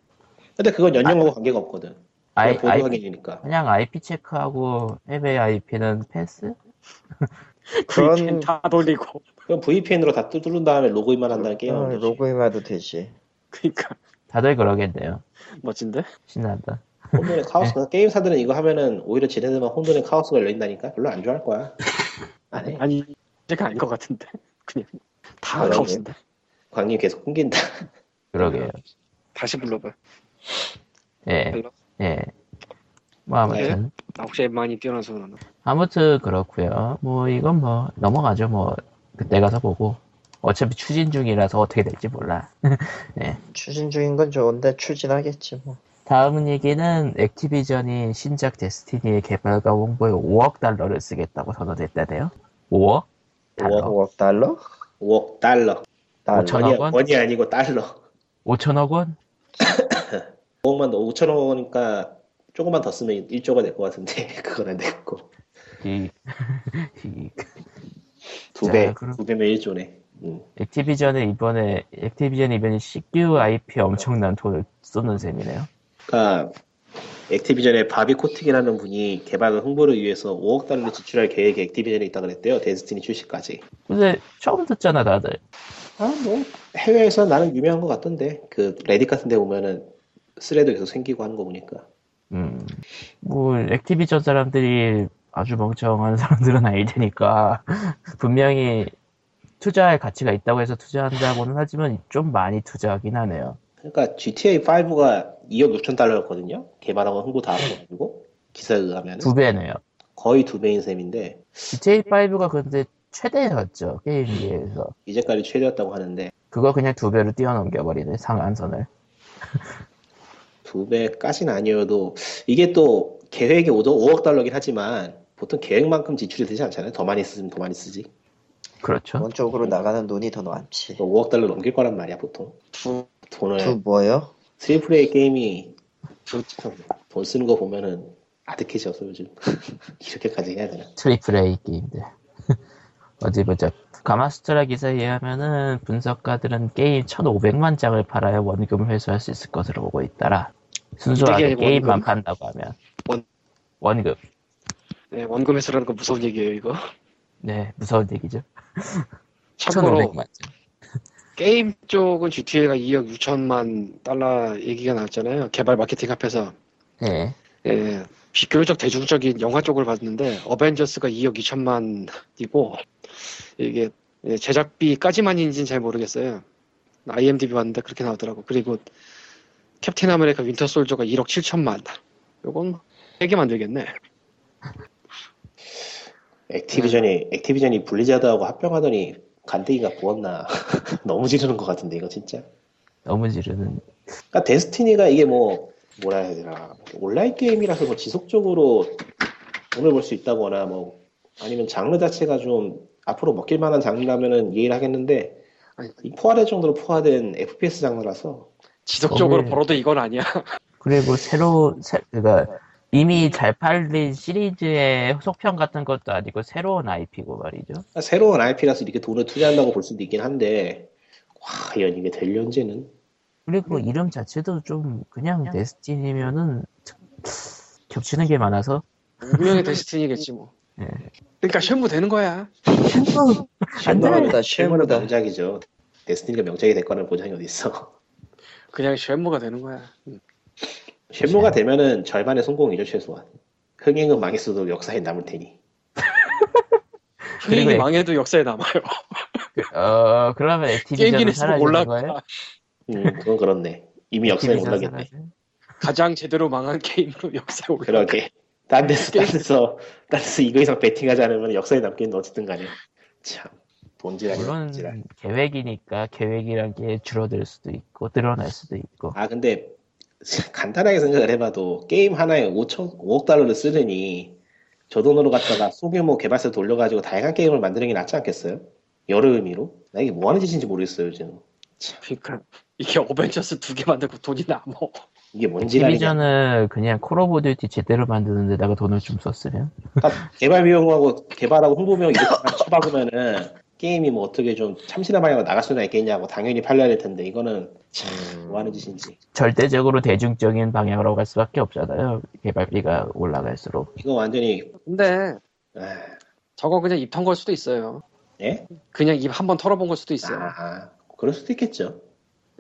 E: 근데 그건 연령하고 관계가 없거든.
C: 아이,
E: 그냥 본인
C: 아이-
E: 확인이니까.
C: 그냥 IP 체크하고 해외 IP는 패스?
D: <laughs>
A: 그런-
D: VPN 다 돌리고
E: 그럼 VPN으로 다 뚫은 다음에 로그인만 한다는
A: 어,
E: 게임은 되지.
A: 로그인해도 되지.
D: 그러니까
C: 다들 그러겠네요.
D: 멋진데
C: 신난다.
E: 혼돈의 카오스 가 게임사들은 이거 하면은 오히려 지네들만 혼돈의 카오스가 열린다니까 별로 안 좋아할 거야. 안해.
D: 아니 제가 아닌 것 같은데 <laughs> 그냥 다
E: 그러네.
D: 없앤다.
E: 광님 계속 끊긴다.
C: 그러게요.
D: 다시 불러봐.
C: 예.
D: 별로?
C: 예. 뭐 아무튼
D: 나 혹시 앱 많이 뛰어나서 그러나?
C: 아무튼 그렇고요. 뭐 이건 뭐 넘어가죠. 뭐 그때 가서 보고 어차피 추진 중이라서 어떻게 될지 몰라.
A: 추진 중인 건 좋은데 추진하겠지 뭐.
C: 다음 얘기는 액티비전이 신작 데스티니의 개발과 홍보에 5억 달러를 쓰겠다고 선언했다네요. 5억? 달러?
A: 5억 뭐, 달러?
E: 5억 달러.
A: 달러.
C: 오천
E: 원이,
C: 원?
E: 원이 아니고 달러.
C: 5천억 원?
E: 5억만 더 5천억 원이니까 조금만 더 쓰면 1조가 될 것 같은데 <laughs> 그건 안 됐고.
C: 이, <laughs> 이
E: 두
C: 자,
E: 배,
C: 그럼-
E: 두 배면 1조네. 음.
C: 액티비전은 이번에 액티비전 이번에 CQ IP 에 엄청난 돈을 쏟는 셈이네요.
E: 그러니까 액티비전의 바비 코틱이라는 분이 개발 홍보를 위해서 5억 달러를 지출할 계획이 액티비전에 있다 그랬대요. 데스티니 출시까지.
C: 근데 처음 듣잖아 다들.
E: 아, 뭐 해외에서 나는 유명한 것 같던데. 그 레딧 같은 데 보면은 스레드 계속 생기고 하는 거 보니까.
C: 음, 뭐 액티비전 사람들이 아주 멍청한 <laughs> 사람들은 아닐 테니까 분명히 투자할 가치가 있다고 해서 투자한다고는 하지만 좀 많이 투자하긴 하네요.
E: 그러니까 GTA 5가 2억 6천 달러였거든요. 개발하고 홍보 다 해가지고 기사에 의하면
C: 두 배네요.
E: 거의 두 배인 셈인데
C: GTA 5가 근데 최대였죠 게임기에서
E: 이제까지 최대였다고 하는데
C: 그거 그냥 두 배로 뛰어넘겨 버리네 상한선을.
E: 두 배까지는 아니어도 이게 또 계획이 5억, 5억 달러긴 하지만 보통 계획만큼 지출이 되지 않잖아요. 더 많이 쓰면 더 많이 쓰지.
C: 그렇죠.
A: 원 쪽으로 나가는 돈이 더 많지.
E: 또 5억 그러니까 달러 넘길 거란 말이야 보통.
D: 두-
A: 두
E: 돈을
A: 뭐요?
E: 트리플 A 게임이 돈 쓰는 거 보면은 아득해져서 요즘 <laughs> 이렇게까지 해야 되나?
C: 트리플 A 게임들. <laughs> 어디 보자. 가마스트라 기사에 의하면은 분석가들은 게임 1,500만 장을 팔아야 원금을 회수할 수 있을 것으로 보고 있더라.
D: 이득이
C: 순수하게
D: 아니고
C: 게임만
D: 원금.
C: 판다고 하면.
D: 원-
C: 원금.
D: 네, 원금에서라는 거 무서운 얘기예요 이거. <laughs>
C: 네, 무서운 얘기죠.
D: 참고로
C: 1,500만 장.
D: 게임 쪽은 GTA가 2억 6천만 달러 얘기가 나왔잖아요. 개발 마케팅 앞에서
C: 네.
D: 예, 비교적 대중적인 영화 쪽을 봤는데 어벤져스가 2억 2천만이고 이게 예, 제작비까지만인지는 잘 모르겠어요. IMDb 봤는데 그렇게 나오더라고. 그리고 캡틴 아메리카 윈터 솔저가 1억 7천만. 요건 3개 만들겠네.
E: 액티비전이 액티비전이 블리자드하고 합병하더니 간대기가 부었나 <laughs> 너무 지르는 것 같은데 이거 진짜
C: 너무 지르는
E: 그러니까 데스티니가 이게 뭐 뭐라 해야 되나 온라인 게임이라서 뭐 지속적으로 돈을 벌 수 있다거나 뭐 아니면 장르 자체가 좀 앞으로 먹힐 만한 장르라면은 이해를 하겠는데
D: 아니,
E: 이 포화될 정도로 포화된 FPS 장르라서
D: 지속적으로
C: 너무-
D: 벌어도 이건
C: <laughs>
D: 아니야.
C: 그리고 새로 새, 그러니까 이미 잘 팔린 시리즈의 속편 같은 것도 아니고 새로운 IP고 말이죠.
E: 그러니까 새로운 IP라서 이렇게 돈을 투자한다고 볼 수도 있긴 한데 과연 이게 될련지는
C: 그리고 이름 자체도 좀 네. 그냥 데스티니면은 참 겹치는 게 많아서
D: 운명의 데스티니겠지 뭐.
C: 예.
D: 그러니까 쉘무 되는 거야.
C: 안 돼.
A: 실무다
E: 실물은
A: 실무다.
E: 명작이죠 데스티니가 명작이 될 거라는 보장이 어디 있어
D: 그냥 쉘무가 되는 거야. 음.
E: 실무가 되면은 절반의 성공이죠 최소한 흥행은 망했어도 역사에 남을 테니
D: 게임이
C: 그리고-
D: 망해도 역사에 남아요.
C: 어 <laughs> 그러면 액티비전은
D: 게임기는 쓰고
C: 사라지는 네,
D: 올라.
C: 거예요?
E: 음 그건 그렇네 이미 역사에 못
C: 액티비전
E: 나겠네
C: 사라져요?
D: 가장 제대로 망한 게임으로 역사에 올라.
E: 그러게. 딴 데서, 딴 데서, 딴 데서 이거 이상 베팅하지 않으면 역사에 남기는 어쨌든 간에. 참, 돈지랄,
C: 물론
E: 돈지랄.
C: 계획이니까 계획이란 게 줄어들 수도 있고 늘어날 수도 있고
E: 아, 근데, 간단하게 생각을 해봐도, 게임 하나에 5천, 5억 달러를 쓰느니, 저 돈으로 갖다가 소규모 개발사 돌려가지고 다양한 게임을 만드는 게 낫지 않겠어요? 여러 의미로? 나 이게 뭐 하는 짓인지 모르겠어요, 지금.
D: 그러니까 이게 어벤져스 두 개 만들고 돈이 남어.
E: 이게 뭔 지랄이냐.
C: 액티비전을 그냥 콜 오브 듀티 제대로 만드는 데다가 돈을 좀 썼으면
E: 다 개발 비용하고 개발하고 홍보 비용 이렇게 다 쳐박으면은 게임이 뭐 어떻게 좀 참신한 방향으로 나갈 수나 있겠냐고 당연히 팔려야 될 텐데 이거는 참
D: 음.
E: 뭐 하는 짓인지
C: 절대적으로 대중적인 방향으로 갈 수밖에 없잖아요 개발비가 올라갈수록
E: 이거 완전히
D: 근데
E: 아,
D: 저거 그냥 입 턴 걸 수도 있어요.
E: 예?
D: 그냥 입 한 번 털어본 걸 수도 있어요.
E: 아, 그럴 수도 있겠죠.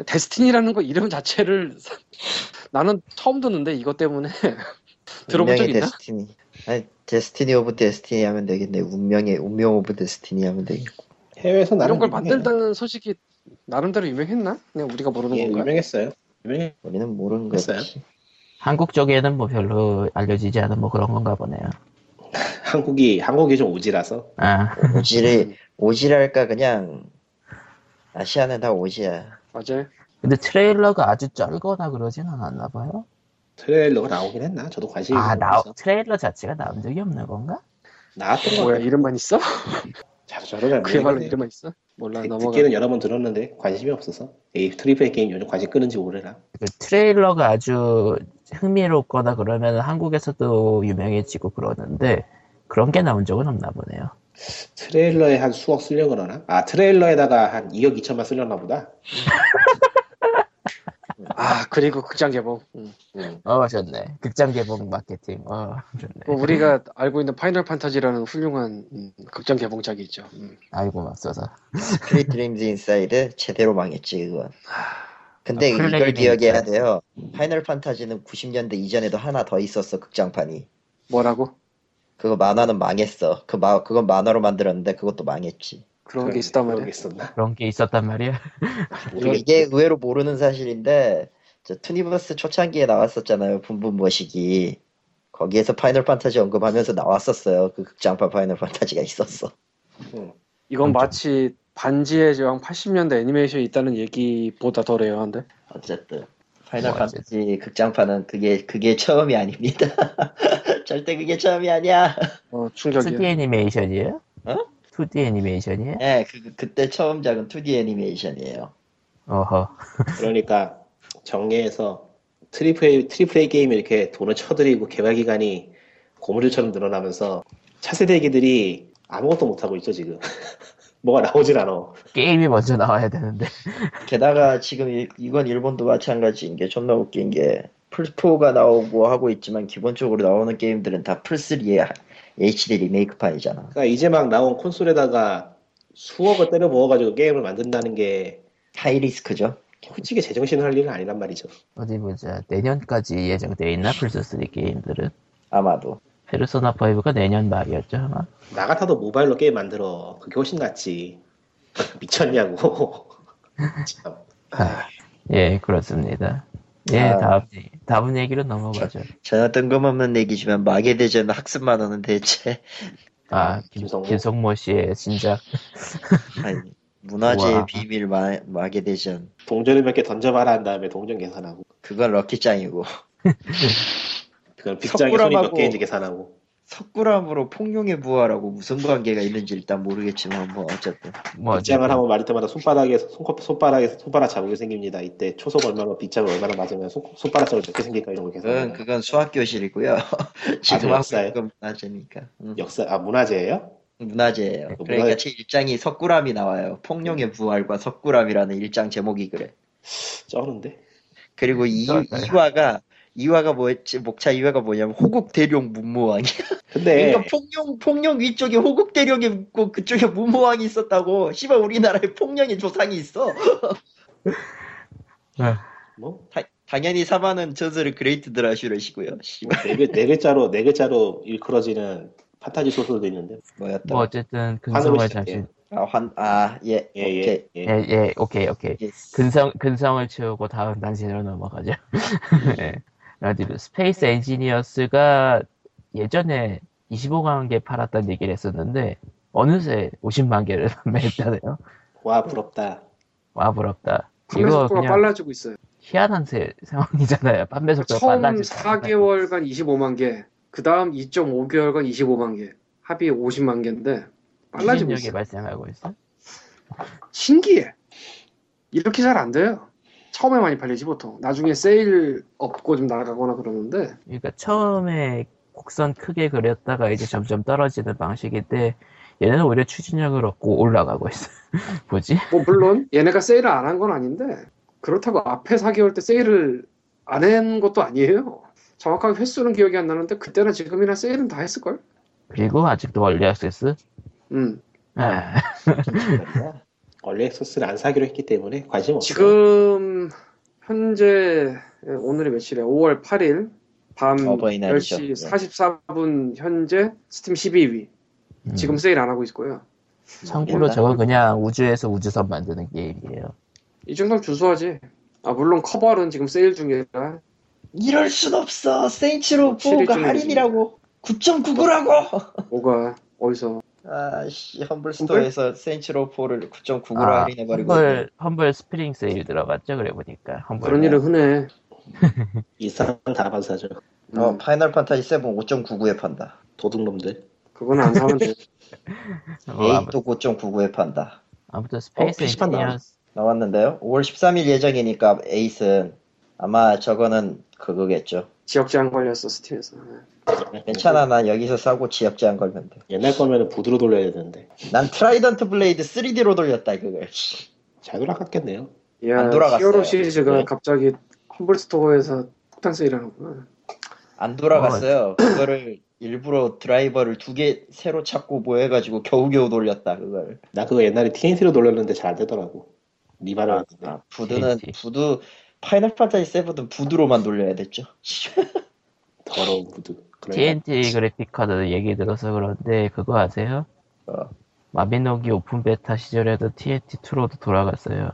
D: 데스티니라는 거 이름 자체를 <laughs> 나는 처음 듣는데 이것 때문에 <laughs> 들어본 적
A: 운명의
D: 있나?
A: 데스티니. 아니 데스티니 오브 데스티니 하면 되겠네. 운명의 운명 오브 데스티니 하면 되겠고.
E: 해외에서 나름
D: 이런 걸
E: 유명해요.
D: 만들다는 소식이 나름대로 유명했나? 그냥 우리가 모르는
E: 예,
D: 건가?
E: 유명했어요. 유명해. <laughs>
A: 우리는 모르는
E: 글쎄요.
A: 거지.
C: 한국 쪽에는 뭐 별로 알려지지 않은 뭐 그런 건가 보네요
E: 한국이 한국이 좀 오지라서
C: 아
A: 오지를 오지랄까 그냥 아시아는 다 오지야.
D: 맞아요.
C: 근데 트레일러가 아주 쩔거나 그러진 않았나 봐요
E: 트레일러가 나오긴 했나? 저도 관심이
C: 아 나,
E: 없어서.
C: 트레일러 자체가 나온 적이 없는 건가?
E: 나왔던 거
D: 뭐야
E: 같아요.
D: 이름만 있어?
E: 자저로잘
D: 그야말로
E: 모르겠네요.
D: 이름만 있어? 몰라 넘어가.
E: 듣기는 여러 번 들었는데 관심이 없어서 에이 트리플 게임 요즘 관심 끄는지 모르라.
C: 그 트레일러가 아주 흥미롭거나 그러면 한국에서도 유명해지고 그러는데 그런 게 나온 적은 없나 보네요.
E: 트레일러에 한 수억 쓰려 그러나? 아 트레일러에다가 한 2억 2천만 쓰려나 보다.
D: 아 그리고 극장 개봉. 음.
E: 음.
C: 어 좋네. 극장 개봉 마케팅. 어
D: 뭐
C: 좋네.
D: 우리가 알고 있는 파이널 판타지라는 훌륭한 음, 극장 개봉작이 있죠. 음.
C: 아이고 맙소사.
A: 프리 드림즈 인사이드 제대로 망했지 그건. 근데
C: 아,
A: 이걸
C: 플래그닝
A: 기억해야
C: 있어요.
A: 돼요. 파이널 판타지는 90년대 이전에도 하나 더 있었어 극장판이.
D: 뭐라고?
A: 그거 만화는 망했어. 그 마, 그건 만화로 만들었는데 그것도 망했지.
D: 그런 게 있었단
E: 그런
D: 말이야. 아,
E: 게 있었나?
C: 그런 게 있었단 말이야.
E: 모르겠-
A: 이게 의외로 모르는 사실인데 저 투니버스 초창기에 나왔었잖아요 분분 머시기 거기에서 파이널 판타지 언급하면서 나왔었어요 그 극장판 파이널 판타지가 있었어
E: 음.
D: 이건 마치 반지의 제왕 80년대 애니메이션이 있다는 얘기보다 더 레어한데?
A: 어쨌든 파이널
C: 뭐 어쨌든.
A: 판타지 극장판은 그게 그게 처음이 아닙니다 <laughs> 절대 그게 처음이 아니야
D: 어
C: 2D
D: 충격이야.
C: 애니메이션이에요?
A: 어?
C: 2D 애니메이션이에요?
A: 예, 그, 그때 처음 작은 2D 애니메이션이에요
C: 어허.
E: 그러니까 정리해서 트리플 A, 트리플 A 게임 이렇게 돈을 쳐들이고 개발 기간이 고무줄처럼 늘어나면서 차세대기들이 아무것도 못 하고 있죠 지금. <laughs> 뭐가 나오질 않아.
C: 게임이 먼저 나와야 되는데. <laughs>
A: 게다가 지금 이- 이건 일본도 마찬가지인 게 존나 웃긴 게 플스4가 나오고 하고 있지만 기본적으로 나오는 게임들은 다 플스3의 HD 리메이크판이잖아
E: 그러니까 이제 막 나온 콘솔에다가 수억을 때려 부어가지고 게임을 만든다는 게
A: 하이리스크죠
E: 솔직히 제정신 할 일은 아니란 말이죠.
C: 어디 보자. 내년까지 예정돼 있나 플스3 게임들은?
A: 아마도
C: 페르소나 5가 내년 말이었죠 아마.
E: 나 같아도 모바일로 게임 만들어. 그게 훨씬 낫지. <laughs> 미쳤냐고. <laughs> 참.
C: 예 그렇습니다. 예
A: 아.
C: 다음 얘기- 다음 얘기로 넘어가죠.
A: 전혀 뜬금없는 얘기지만 마계대전 학습만 하는 대체
C: 아
E: 김성모.
C: 김성모 씨의 진작
A: 아니 문화재의
C: 우와.
A: 비밀 마, 마계대전
E: 동전을 몇 개 던져봐라 한 다음에 동전 계산하고
A: 그건 럭키짱이고
E: 그건 빅장에 손이 몇
A: 석굴암하고-
E: 개인지 계산하고
A: 석굴암으로 폭룡의 부활하고 무슨 관계가 있는지 일단 모르겠지만 뭐 어쨌든
C: 뭐
E: 그 빅장을
C: 어쨌든
E: 하면 말릴 때마다 손바닥에 손- 손바닥에 손바닥 자국이 생깁니다. 이때 초속 얼마나 빗장을 얼마나 맞으면 손, 손바닥 자국이 몇개 생길까 이런 걸
A: 그건
E: 계산하고
A: 그건 수학 교실이고요 <laughs> 지금
E: 아,
A: 하고
E: 역사예요?
A: 있는 건 문화재니까 응.
E: 역사 아 문화재예요?
A: 문화재예요
E: 그
A: 그러니까
E: 문화-
A: 제 1장이 석굴암이 나와요 폭룡의 부활과 석굴암이라는 1장 제목이 그래
E: 쩌는데
A: 그리고 이,
C: 그러니까요.
A: 2화가 2화가 뭐였지 목차 2화가 뭐냐면 호국 대룡 문무왕이야
E: 근데
A: 그러니까 폭룡 폭룡 위쪽에 호국 대령이 있고 그쪽에 문무왕이 있었다고 씨발 우리나라에 폭룡의 조상이 있어
E: 뭐
A: 다- 당연히 사마는 전설의 그레이트 드라슈레시고요 씨발
E: 네, 글- 네 글자로 네 글자로 일컬어지는 판타지 소설도 있는데
A: 뭐였다 아,
C: 뭐 어쨌든
E: 환으로
C: 근성을
E: 시작해.
C: 잠시
A: 아환아예
E: 예예
A: 오케이
E: 예.
C: 예, 예, 오케이, 오케이.
A: 예.
C: 근성, 근성을 채우고 다음 단신으로 넘어가죠. <laughs> 예. 라디오 스페이스 엔지니어스가 예전에 25만 개 팔았다는 얘기를 했었는데, 어느새 50만 개를 <laughs> 판매했다네요.
E: 와 부럽다.
C: 와, 부럽다.
D: 판매
C: 이거
D: 속도가
C: 그냥
D: 빨라지고 있어요.
C: 희한한 세, 상황이잖아요. <laughs> 판매 속도가
D: 처음
C: 빨라지고.
D: 4개월간 25만 개, 그 다음 2.5개월간 25만 개, 합이 50만 개인데 빨라지고
C: 추진력이
D: 있어.
C: 발생하고 있어.
D: 신기해. 이렇게 잘 안 돼요. 처음에 많이 팔리지 보통. 나중에 세일 없고 좀 나가거나 그러는데
C: 그러니까 처음에 곡선 크게 그렸다가 이제 점점 떨어지는 방식인데, 얘는 오히려 추진력을 얻고 올라가고 있어. <laughs> 뭐지?
D: 뭐 물론 얘네가 세일을 안 한 건 아닌데 그렇다고 앞에 4개월 때 세일을 안 한 것도 아니에요. 정확하게 횟수는 기억이 안 나는데 그때나 지금이나 세일은 다 했을걸?
C: 그리고 아직도 원리 액세스?
D: 음.
C: 아,
E: 원래 엑소스를 안 사기로 했기 때문에 관심 없어.
D: 지금 현재 예, 오늘이 며칠이야? 5월 8일 밤
A: 어버이날이죠.
D: 10시
A: 예.
D: 44분 현재 스팀 12위.
C: 음.
D: 지금 세일 안 하고 있고요.
C: 참고로 저건 그냥 우주에서 우주선 만드는 게임이에요.
D: 이 정도면 준수하지. 아 물론 커버는 지금 세일 중이라
A: 이럴 순 없어 세인츠로
D: 확실히
A: 4가
D: 좀-
A: 할인이라고 9.99라고
D: 뭐가 어디서
A: 아씨 험블 스토어에서 세인츠로 4를 9.99로
C: 아,
A: 할인해버리고
C: 험블, 험블 스프링 세일 들어갔죠? 그래 보니까. 험블.
A: 네.
D: 그런 일은 흔해.
E: 일상 다 반사죠.
D: 음,
A: 어 파이널 판타지 7 5.99에 판다
E: 도둑놈들.
D: 그건 안 사면 돼.
C: 뭐 아무-
A: 에잇도 5.99에 판다
C: 아무튼 스페이스
E: 어,
C: 엔지니어
E: 게시판 나와.
A: 나왔는데요. 5월 13일 예정이니까 에이스는 아마 저거는 그거겠죠.
D: 지역 제한 걸렸어 스팀에서. 네.
A: 괜찮아, 난 여기서 사고 지역제 한 걸면 돼.
E: 옛날 거면 부드로 돌려야 되는데
A: 난 트라이던트 블레이드 3D로 돌렸다 이걸.
E: 잘 돌아갔겠네요.
D: 야,
A: 안 돌아갔어요.
D: 예, 히어로 시리즈가
A: 네.
D: 갑자기 험블 스토어에서 폭탄 세일하는구나.
A: 안 돌아갔어요. 그거를 일부러 드라이버를 두 개 새로 찾고 뭐 해가지고 겨우겨우 돌렸다 그걸.
E: 나 그거 옛날에 TNT로 돌렸는데 잘 안 되더라고. 리바를 했는데.
A: 아, 부드는
C: 그렇지.
A: 부드 파이널 판타지 7은 부드로만 돌려야 됐죠.
E: 더러운 그러니까 부드.
D: 네.
E: 그래.
C: TNT 그래픽 카드 얘기 들어서 그런데 그거 아세요?
A: 어.
C: 마비노기 오픈 베타 시절에도 TNT2로도 돌아갔어요.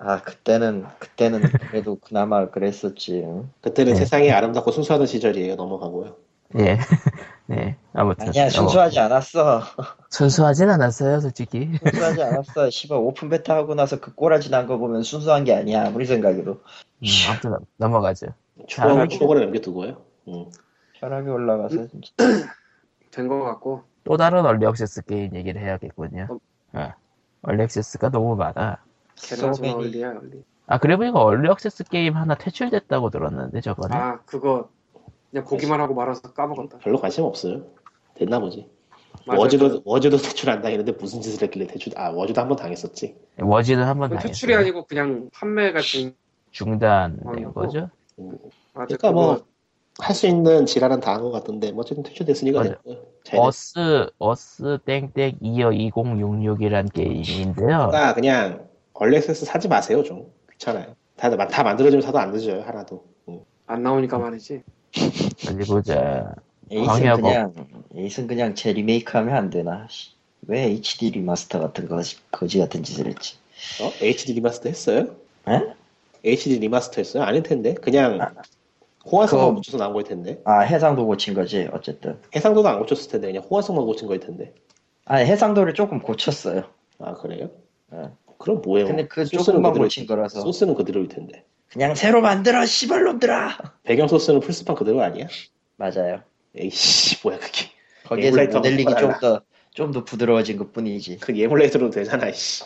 A: 아 그때는 그때는 그래도 그나마 그랬었지. 응?
E: 그때는
C: 네.
E: 세상이 아름답고 순수하던 시절이에요. 넘어가고요.
C: 예. <laughs> 네. 아무튼.
A: 아니야 순수하지 않았어. 음.
C: 순수하진 않았어요, 솔직히.
A: 순수하지 않았어. 씨발 오픈 베타 하고 나서 그 꼬라지 난 거 보면 순수한 게 아니야. 아무리 생각해도.
C: <laughs> 음, 아무튼 넘- 넘어가죠.
E: 추억을
C: 다음에
E: 추억을 남겨두고요. 음.
A: 혈압이 올라가서 진짜.
D: 된 것 같고
C: 또 다른 얼리 액세스 게임 얘기를 해야겠군요.
D: 어.
C: 어. 얼리 액세스가 너무 많아.
D: 개나소나
A: 소맨이-
D: 얼리야 얼리.
C: 아, 그래 보니까 얼리 액세스 게임 하나 퇴출됐다고 들었는데, 저번에.
D: 아 그거 그냥 보기만 하고 말아서 까먹었다.
E: 별로 관심 없어요. 됐나 보지.
D: 맞아요.
E: 워즈도 워즈도 대출 안 당했는데 무슨 짓을 했길래 대출? 아 워즈도 한 번 당했었지.
C: 워지는 한번
D: 그건
C: 당했어요.
D: 퇴출이 아니고 어, 그냥 판매가 지금
C: 중단된
D: 아니고.
C: 거죠?
E: 음.
D: 아
E: 그러니까 뭐 할 수 있는 지랄은 다 한 것 같은데 뭐 어쨌든 퇴출됐으니까
C: 맞아요.
E: 됐고요. 잘
C: 어스, 어스 땡땡 이어 2066이란 게임인데요.
A: 아.
E: 됐다. 아, 그냥 얼렉세스 사지 마세요 좀 귀찮아요. 다, 다 만들어지면 사도 안 늦어요 하나도. 음.
D: 안 나오니까 말이지.
C: 어디 보자.
A: 에이슨
C: 광야고.
A: 그냥 에이슨 그냥 제 리메이크하면 안 되나? 씨, 왜 HD 리마스터 같은 거 거지 같은 짓을 했지?
E: 어? HD 리마스터 했어요?
A: 에?
E: HD 리마스터 했어요? 아닐 텐데 그냥 호환성만
A: 그거-
E: 고쳐서 나온 거일 텐데
A: 아 해상도 고친 거지 어쨌든.
E: 해상도도 안 고쳤을 텐데 그냥 호환성만 고친 거일 텐데.
A: 아 해상도를 조금 고쳤어요.
E: 아 그래요? 그럼 뭐예요?
A: 근데 그
E: 소스는
A: 조금만
E: 그대로-
A: 고친 거라서
E: 소스는 그대로일 텐데.
A: 그냥 새로 만들어 씨발놈들아. <laughs>
E: 배경 소스는 플스판 그대로 아니야?
A: 맞아요.
E: 에이씨 뭐야 그게?
A: 거기에서
E: 에뮬레이터하고
A: 모델링이
E: 달라.
A: 좀 더 좀 더 부드러워진
C: 네.
A: 것뿐이지.
E: 그 에뮬레이터로 되잖아 씨.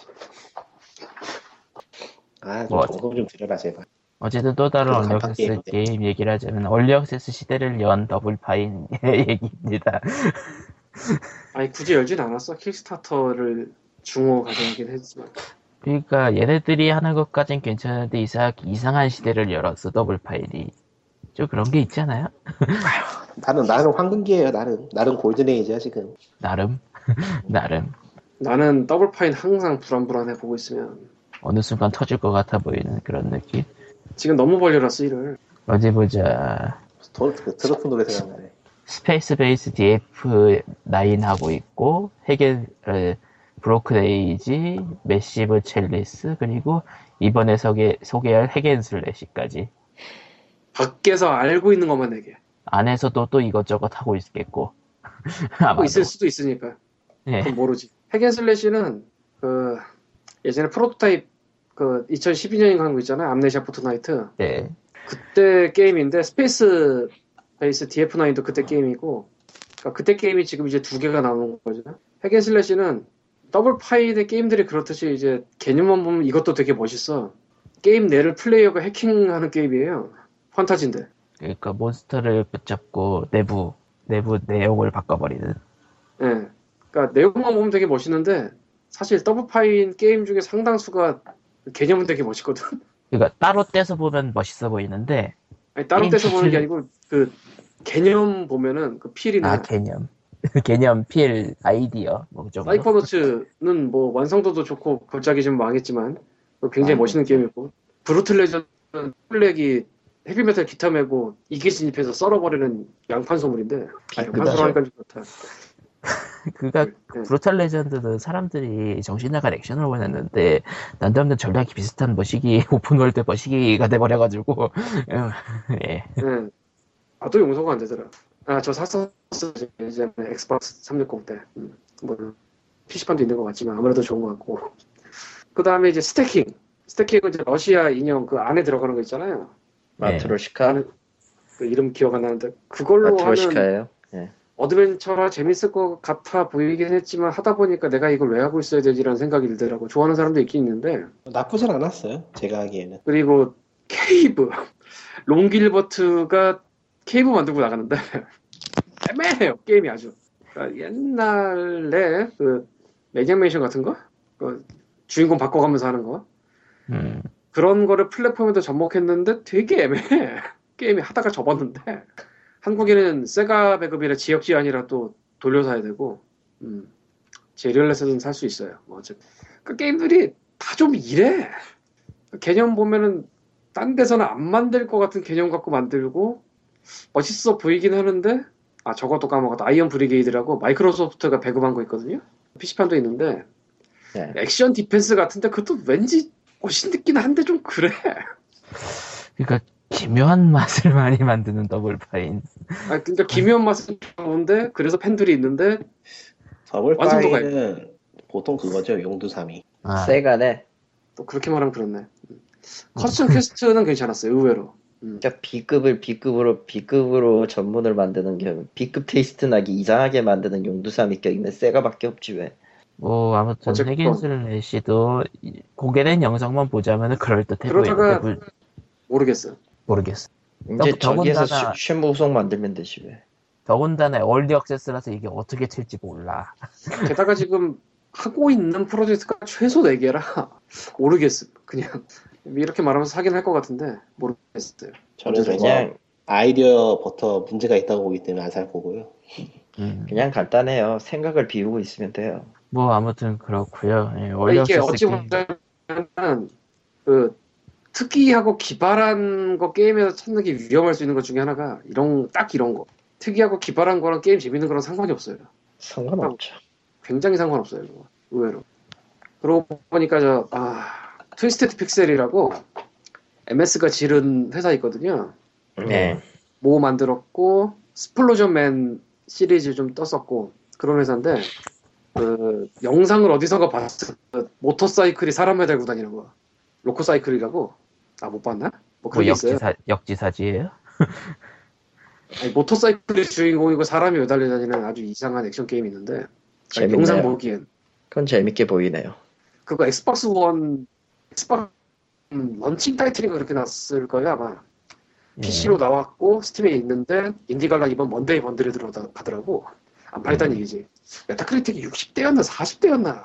E: 아좀
C: 뭐,
E: 정성 좀 들여라 제발.
C: 어쨌든 또 다른
E: 그래서
C: 얼리억세스
E: 간판 게임인데.
C: 게임 얘기를 하자면 얼리억세스 시대를 연 더블파인 <laughs> 얘기입니다.
D: 아니 굳이 열진 않았어. 킥스타터를 중호 가정하긴 했지만.
C: 그러니까 얘네들이 하는 것까진 괜찮은데 이상, 이상한 시대를 열었어 더블파인이. 좀 그런 게 있잖아요.
E: 나는 나는 황금기예요 나는 나는 골든에이지야 지금.
C: 나름 <laughs> 나름
D: 나는 더블파인 항상 불안불안해 보고 있으면
C: 어느 순간 터질 것 같아 보이는 그런 느낌.
D: 지금 너무 벌려놨어 일을.
C: 어디 보자.
E: 돈- 그 트로트 노래 생각나네.
C: 스페이스 베이스 DF9 하고 있고 해겔 브로크데이지 메시브 첼리스 그리고 이번에 소개, 소개할 해겐슬래시까지
D: 밖에서 알고 있는 것만 내게.
C: 안에서도 또 이것저것 하고 있겠고 <laughs>
D: 하고
C: 아마도
D: 있을 수도 있으니까.
C: 예.
D: 그건 모르지. 핵앤슬래시는 그 예전에 프로토타입 그 2012년인가 한 거 있잖아. 암네시아 포트나이트.
C: 네.
D: 그때 게임인데 스페이스 베이스 DF9도 그때 게임이고 그러니까 그때 게임이 지금 이제 두 개가 나오는 거죠. 핵앤슬래시는 더블 파인의 게임들이 그렇듯이 이제 개념만 보면 이것도 되게 멋있어. 게임 내를 플레이어가 해킹하는 게임이에요. 판타지인데.
C: 그러니까 몬스터를 붙잡고 내부 내부 내용을 바꿔버리는
D: 예. 그러니까 내용만 보면 되게 멋있는데 사실 더블 파인 게임 중에 상당수가 개념은 되게 멋있거든.
C: 그러니까 따로 떼서 보면 멋있어 보이는데
D: 아니 다른
C: 게임
D: 데서 보는 게
C: 자체를-
D: 아니고 그 개념 보면은 그 필이나
C: 아 개념 개념 필 아이디어 뭐좀
D: 사이코노츠는 뭐 완성도도 좋고 걸작이 좀 망했지만 뭐 굉장히
A: 아,
D: 멋있는 게임이고 브루틀 레전드는 블랙이 헤비메탈 기타 메고 이게 진입해서 썰어버리는 양판 소물인데
A: 아,
D: 양판 소물 하니까 좀 그렇다.
C: 그가
D: 네.
C: 브루탈 레전드는 사람들이 정신나간 액션을 원했는데 난데없는 전략이 비슷한 머시기 <laughs> 오픈월드 머시기가 돼버려가지고 예.
D: 네. 아, 또 용서가 안 되더라. 아, 저 샀었어. 이제 엑스박스 360 때. 음, 뭐, PC판도 있는 것 같지만 아무래도 좋은 것 같고. 그 다음에 이제 스태킹. 스태킹은 이제 러시아 인형 그 안에 들어가는 거 있잖아요.
A: 마트로시카
D: 나는 그 이름 기억 안 나는데.
A: 아,
D: 그걸로 하는
A: 마트로시카예요.
D: 어드벤처라 재밌을 것 같아 보이긴 했지만 하다 보니까 내가 이걸 왜 하고 있어야 되지라는 생각이 들더라고. 좋아하는 사람도 있긴 있는데.
E: 나쁘진 않았어요 제가 하기에는.
D: 그리고 케이브 <laughs> 롱길버트가 케이브 만들고 나가는데 <laughs> 애매해요 게임이 아주 그러니까 옛날에 그 매니아메이션 같은 거 그 주인공 바꿔가면서 하는 거
C: 음,
D: 그런 거를 플랫폼에도 접목했는데 되게 애매해 <laughs> 게임이 하다가 접었는데 한국에는 세가 배급이라 지역 제한이라 또 돌려 사야 되고 음, 제리얼에서는 살 수 있어요 뭐 어쨌든 그 게임들이 다 좀 이래 개념 보면은 딴 데서는 안 만들 것 같은 개념 갖고 만들고 멋있어 보이긴 하는데 아 저것도 까먹었다 아이언 브리게이드라고 마이크로소프트가 배급한 거 있거든요 PC판도 있는데
A: 네.
D: 액션 디펜스 같은데 그것도 왠지 멋있긴 한데 좀 <laughs> 그래
C: 그러니까 기묘한 맛을 <laughs> 많이 만드는 더블 파인
D: 아 그러니까 기묘한 맛은 좋은데 그래서 팬들이 있는데
E: 더블
D: 완성도가
E: 파이는 보통 그거죠 용두삼이.
C: 아,
A: 세간에
D: 또 그렇게 말하면 그렇네 음. 커스텀 퀘스트는 괜찮았어요 의외로 음.
A: 그러니까 B급을 B급으로 B급으로 전문을 만드는 경 B급 테이스트 나기 이상하게 만드는 용두삼이 껴있는 세가밖에 없지 왜.
C: 뭐 아무튼
D: 어쨌건.
C: 해겐슬래시도 이- 공개된 영상만 보자면 그럴듯해 보이는데
D: 그러다가-
C: 물-
D: <laughs> 모르겠어요
C: 모르겠어
A: 이제
D: 그
C: 더-
A: 저기에서
C: 더군다나-
A: 쉐무송 만들면 되지 왜.
C: 더군다나 얼리 억세스라서 이게 어떻게 튈지 몰라
D: 게다가 지금 하고 있는 프로젝트가 최소 4개라 <laughs> 모르겠어 그냥 <laughs> 이렇게 말하면서 사긴 할 것 같은데 모르겠어요
E: 저는 그냥
D: 뭐?
A: 그냥
E: 아이디어부터 문제가 있다고 보기 때문에 안 살 거고요.
C: 음,
A: 그냥 간단해요. 생각을 비우고 있으면 돼요.
C: 뭐 아무튼 그렇고요 예, 얼리
D: 이게 어찌
C: 억세스 게임.
D: 보면 그 특이하고 기발한 거 게임에서 찾는 게 위험할 수 있는 것 중에 하나가 이런 딱 이런 거 특이하고 기발한 거랑 게임 재밌는 거랑 상관이 없어요
A: 상관없죠.
D: 굉장히 상관없어요 그거. 의외로 그러고 보니까 저 아, 트위스테드 픽셀이라고 MS가 지른 회사 있거든요
A: 네.
D: 모 만들었고 스플로전맨 시리즈 좀 떴었고 그런 회사인데 그 영상을 어디선가 봤어. 그 모터사이클이 사람을 달고 다니는 거. 로코사이클이라고. 아 못 봤나? 뭐
C: 뭐
D: 그런 게 있어요.
C: 역지사 역지사지예요?
D: 아니, 모터사이클이 주인공이고 사람이 매달려 다니는 아주 이상한 액션 게임이 있는데 아니,
A: 재밌네요.
D: 영상 뭐? 보기엔
A: 그건 재밌게 보이네요.
D: 그거 엑스박스 원 엑스박스 원 런칭 타이틀인가 그렇게 났을 거예요 아마.
C: 예.
D: PC로 나왔고 스팀에 있는데 인디갈라 이번 먼데이 번들에 들어가더라고 안 팔다는 얘기지 메타크리틱이 60대였나 40대였나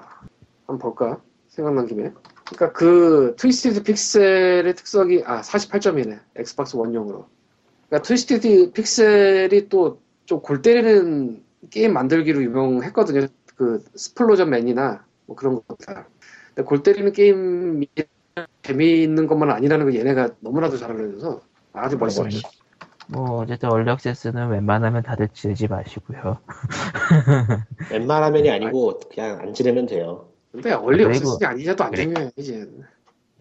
D: 한번 볼까 생각난 김에 그러니까 그 트위스티드 픽셀의 특성이 아 48점이네 엑스박스 원용으로 그러니까 트위스티드 픽셀이 또 좀 골 때리는 게임 만들기로 유명했거든요 그 스플로전 맨이나 뭐 그런 것보다 근데 골 때리는 게임이 재미있는 것만 아니라는 걸 얘네가 너무나도 잘 알려줘서 아주 멋있어
A: 멋있-
C: 뭐 어쨌든 얼리 액세스는 웬만하면 다들 지르지 마시고요.
E: 웬만하면이 아니고 그냥 안 지르면 돼요.
D: 근데 원래
C: 그리고- 네.
D: 없었으니 아니자도 안
C: 그래.
D: 중요해 이제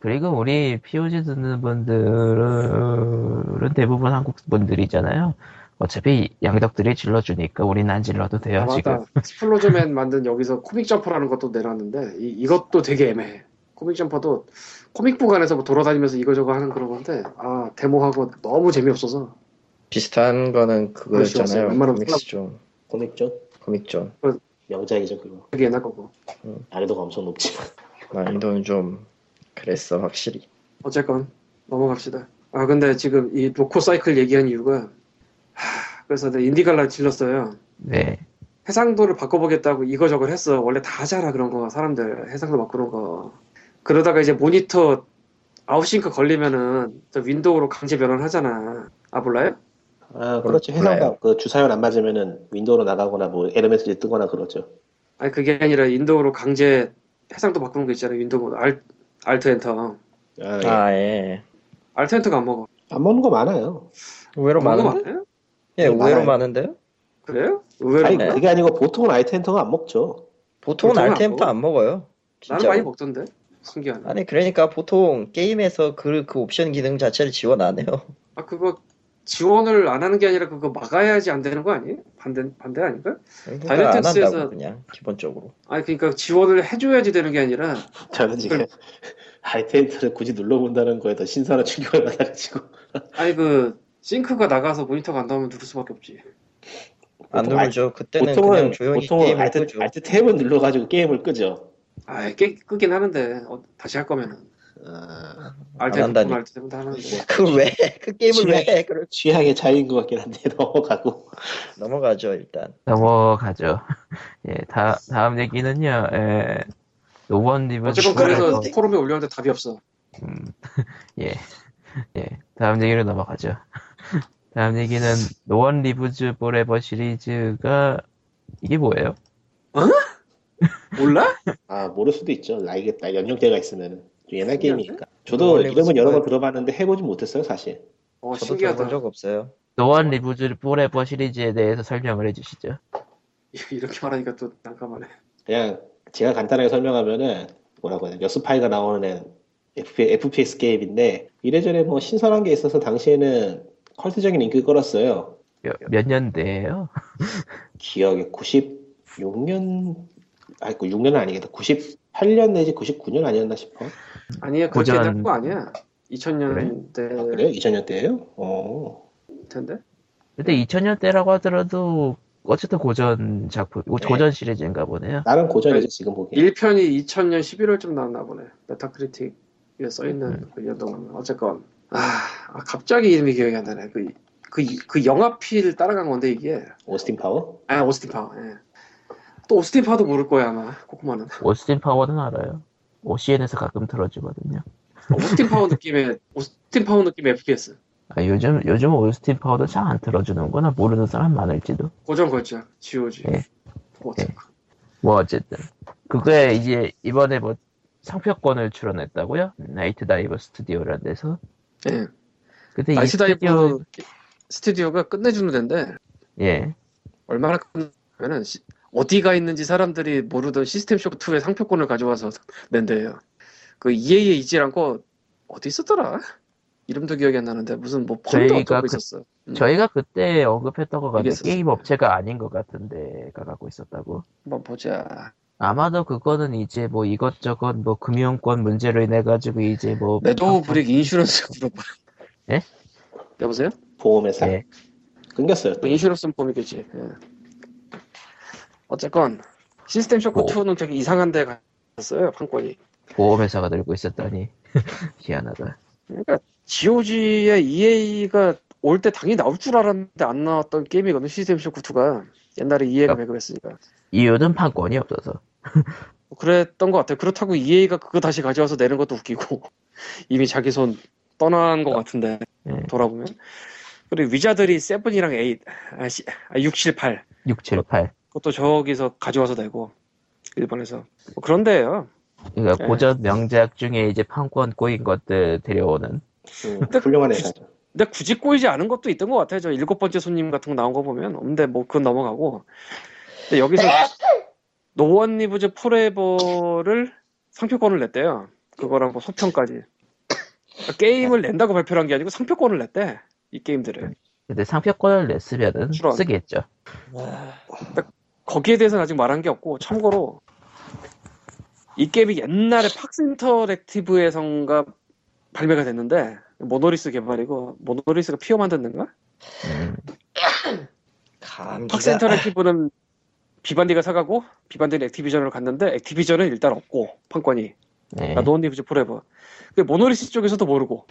C: 그리고 우리 POG 듣는 분들은 대부분 한국 분들이잖아요. 어차피 양덕들이 질러주니까 우린 안 질러도 돼요
D: 아,
C: 지금.
D: 맞다 스플로저맨 만든 여기서 코믹 점퍼라는 것도 내놨는데 이, 이것도 되게 애매해 코믹 점퍼도 코믹북 안에서 뭐 돌아다니면서 이거저거 하는 그런 건데 아 데모하고 너무 재미없어서
A: 비슷한 거는
D: 그렇죠.
A: 그거였잖아요.
D: 웬만하면
A: 코믹스 존,
E: 코믹존
A: 코믹 존.
E: 명작이죠 그거.
D: 되게 옛날 거고
E: 난이도가 엄청 높지만
A: 난이도는 좀 그랬어 확실히.
D: 어쨌건 넘어갑시다 아 근데 지금 이 로코 사이클 얘기한 이유가 하, 그래서 내가 인디갈라 질렀어요
C: 네.
D: 해상도를 바꿔보겠다고 이거저거 했어. 원래 다 하잖아, 그런 거. 사람들. 해상도 바꾸는 거. 그러다가 이제 모니터 아웃싱크 걸리면은 저 윈도우로 강제 변환 하잖아. 아, 몰라요?
E: 아 그렇죠 해상도 그 주사율 안 맞으면은 윈도우로 나가거나 뭐 에러 메시지 뜨거나 그러죠.
D: 아니, 그게 아니라 인도우로 강제 해상도 바꾸는 거 있잖아, 윈도우. 뭐, 알, 알트 엔터.
E: 아,
D: 네.
E: 예.
A: 아 예.
D: 알트 엔터가 안 먹어.
E: 안 먹는 거 많아요.
A: 의외로
D: 먹는 거
A: 많은데?
D: 맞나요?
A: 예, 의외로
E: 많아요.
A: 많은데요?
D: 그래요? 의외로.
E: 아니
A: 네.
E: 그게 아니고 보통은 아이텐터가 안 먹죠.
A: 보통은
D: 보통은 안
A: 알템도
D: 먹어.
A: 안 먹어요.
D: 나는
A: 진짜.
D: 많이 먹던데? 신기하네.
A: 아니 그러니까 보통 게임에서 그, 그 옵션 기능 자체를 지원 안
D: <laughs>
A: 해요.
D: 아, 그거 지원을 안 하는 게 아니라 그거 막아야지 안 되는 거 아니에요? 반대, 반대 아닌가?
A: 그러니까 안
D: 다이렉트엑스에서-
A: 한다고 그냥 기본적으로.
D: 아니, 그러니까 지원을 해줘야지 되는 게 아니라
E: 저는 지금 아이텐터를 굳이 눌러본다는 거에 더 신선한 충격을 받아가지고
D: 아니 그 싱크가 나가서 모니터가 안 나오면 누를 수밖에 없지.
A: 안
E: 보통
A: 누르죠. 그때는 그냥
E: 보통은
A: 조용히
E: 보통은
A: 게임을
E: 알트
A: 끄죠.
E: 알트 탭을 눌러가지고 게임을 끄죠.
D: 아, 깨 끄긴 하는데 어, 다시 할 거면은
E: 아,
D: 알테
A: 안 한다니.
D: 보면 알테 보면 다 하는데.
A: <laughs> 그걸 왜? 해? 그 게임을 왜? 해? 그걸
E: 뭐 취향의 차이인 것 같긴 한데 <laughs> 넘어가고
A: 넘어가죠 일단.
C: 넘어가죠. <laughs> 예, 다, 다음 얘기는요, 예, 노원님은.
D: 어쨌건 그래서 포럼에 올렸는데 답이 없어.
C: 예. 예. 다음 얘기로 넘어가죠. <laughs> 다음 얘기는 노원 리브즈 포레버 시리즈가 이게 뭐예요?
D: 몰라?
E: 아 모를 수도 있죠. 나이게 나 연령대가 있으면 좀 옛날 게임이니까. 저도
A: 원래
E: 이름은
A: 무슨
E: 여러 번
A: 거예요?
E: 들어봤는데 해보진 못했어요 사실.
D: 어
A: 저도 들어본
D: 신기하다.
A: 적 없어요.
C: 노원 리브즈 포레버 시리즈에 대해서 설명을 해주시죠.
D: <laughs> 이렇게 말하니까 또 난감하네.
E: 그냥 제가 간단하게 설명하면은 뭐라고 해야 되나 여스파이가 나오는 애- FP, FPS 게임인데 이래저래 뭐 신선한 게 있어서 당시에는 컬트적인 인기를 끌었어요.
C: 몇, 몇 년대예요?
E: 기억에 96년 아니 6년은 아니겠다. 98년 내지 99년 아니었나 싶어.
D: 아니야 그렇게
C: 고전.
D: 된거 아니야. 2000년대
E: 아, 그래요? 2000년 대예요? 어.
D: 텐데.
C: 근데
D: 네.
C: 2000년대라고 하더라도 어쨌든 고전 작품, 고-
E: 네.
C: 고전 시리즈인가 보네요.
E: 나름 고전이죠
D: 네.
E: 지금
C: 예.
E: 보기엔.
D: 1편이 2000년 11월쯤 나왔나 보네. 메타크리틱에 써
C: 음.
D: 있는 그 연동은 어쨌건 아, 아, 갑자기 이름이 기억이 안 나네. 그 그, 그 영화필 따라간 건데 이게
E: 오스틴 파워?
D: 아 오스틴 파워. 예. 또 오스틴 파워도 모를 거야 아마 코코마는. 어,
C: 오스틴 파워는 알아요. OCN에서 가끔 틀어주거든요.
D: 어, 오스틴 파워 느낌의 <laughs> 오스틴 파워 느낌의 FPS.
C: 아, 요즘, 요즘 오스틴 파워도 잘 안 틀어주는구나. 모르는 사람 많을지도.
D: 고정 걸작 GOG.
C: 예.
D: 뭐 어쨌든.
C: 뭐 어쨌든 그게 이제 이번에 뭐 상표권을 출원했다고요? 나이트 다이버 스튜디오라는 데서
D: 예.
C: 근데 이
D: 나이트
C: 스튜디오
D: 다이브 스튜디오가 끝내주는 데인데
C: 예
D: 얼마나 끝내면은 시- 어디가 있는지 사람들이 모르던 시스템 쇼크 2의 E 상표권을 가져와서 낸대요. 그 EA에 있지 않고 어디 있었더라? 이름도 기억이 안 나는데 무슨 뭐 펀드
C: 저희가
D: 어쩌고
C: 그-
D: 있었어요. 음,
C: 저희가 그때 언급했던 것 같은데
D: 알겠었어요.
C: 게임 업체가 아닌 것 같은데가 갖고 있었다고.
D: 한번 보자.
C: 아마도 그거는 이제 뭐 이것저것 뭐 금융권 문제로 인해 가지고 이제 뭐
D: 네, 매도우 브릭 인슈런스 물어봐.
C: 예?
D: 여보세요?
E: 보험회사
C: 네.
E: 끊겼어요.
D: 뭐 인슈런스는 범위겠지. 예. 어쨌건 시스템 쇼크
C: 뭐.
D: 2는 되게 이상한데 갔어요 판권이.
C: 보험회사가 들고 있었다니 <laughs> 희한하다.
D: 그러니까 GOG의 EA가 올 때 당연히 나올 줄 알았는데 안 나왔던 게임이거든 시스템 쇼크 2가 옛날에 EA가
C: 아.
D: 매급했으니까.
C: 이유는 판권이 없어서.
D: 뭐 그랬던 것 같아요. 그렇다고 EA가 그거 다시 가져와서 내는 것도 웃기고 <laughs> 이미 자기 손 떠난 것 같은데
C: 예.
D: 돌아보면 그리고 위자들이 세븐이랑 에잇 아, 시- 아, 6, 7, 8
C: 6, 7, 8.
D: 그것도 저기서 가져와서 내고 일본에서 뭐 그런데요.
C: 그러니까
D: 예.
C: 고전 명작 중에 이제 판권 꼬인 것들 데려오는.
E: 음, 훌륭한 회사죠.
D: 근데 굳이 꼬이지 않은 것도 있던 것 같아요. 저 일곱 번째 손님 같은 거 나온 거 보면 근데 뭐 그건 넘어가고 근데 여기서 노원 리브즈 포레버를 상표권을 냈대요. 그거랑 뭐 소평까지 그러니까 게임을 낸다고 발표한 를게 아니고 상표권을 냈대 이 게임들을.
C: 근데 상표권을 냈으면은
D: 실화.
C: 쓰겠죠.
D: 거기에 대해서는 아직 말한 게 없고 참고로 이 게임이 옛날에 팍스 인터랙티브에선가 발매가 됐는데 모노리스 개발이고 모노리스가 피어 만든가?
C: 음,
D: 팍스
A: 감기가
D: 인터랙티브는 비반디가 사가고 비반디는 액티비전으로 갔는데 액티비전은 일단 없고 판권이
C: 네.
D: 나 노원 리브즈 포레버 그 모노리스 쪽에서도 모르고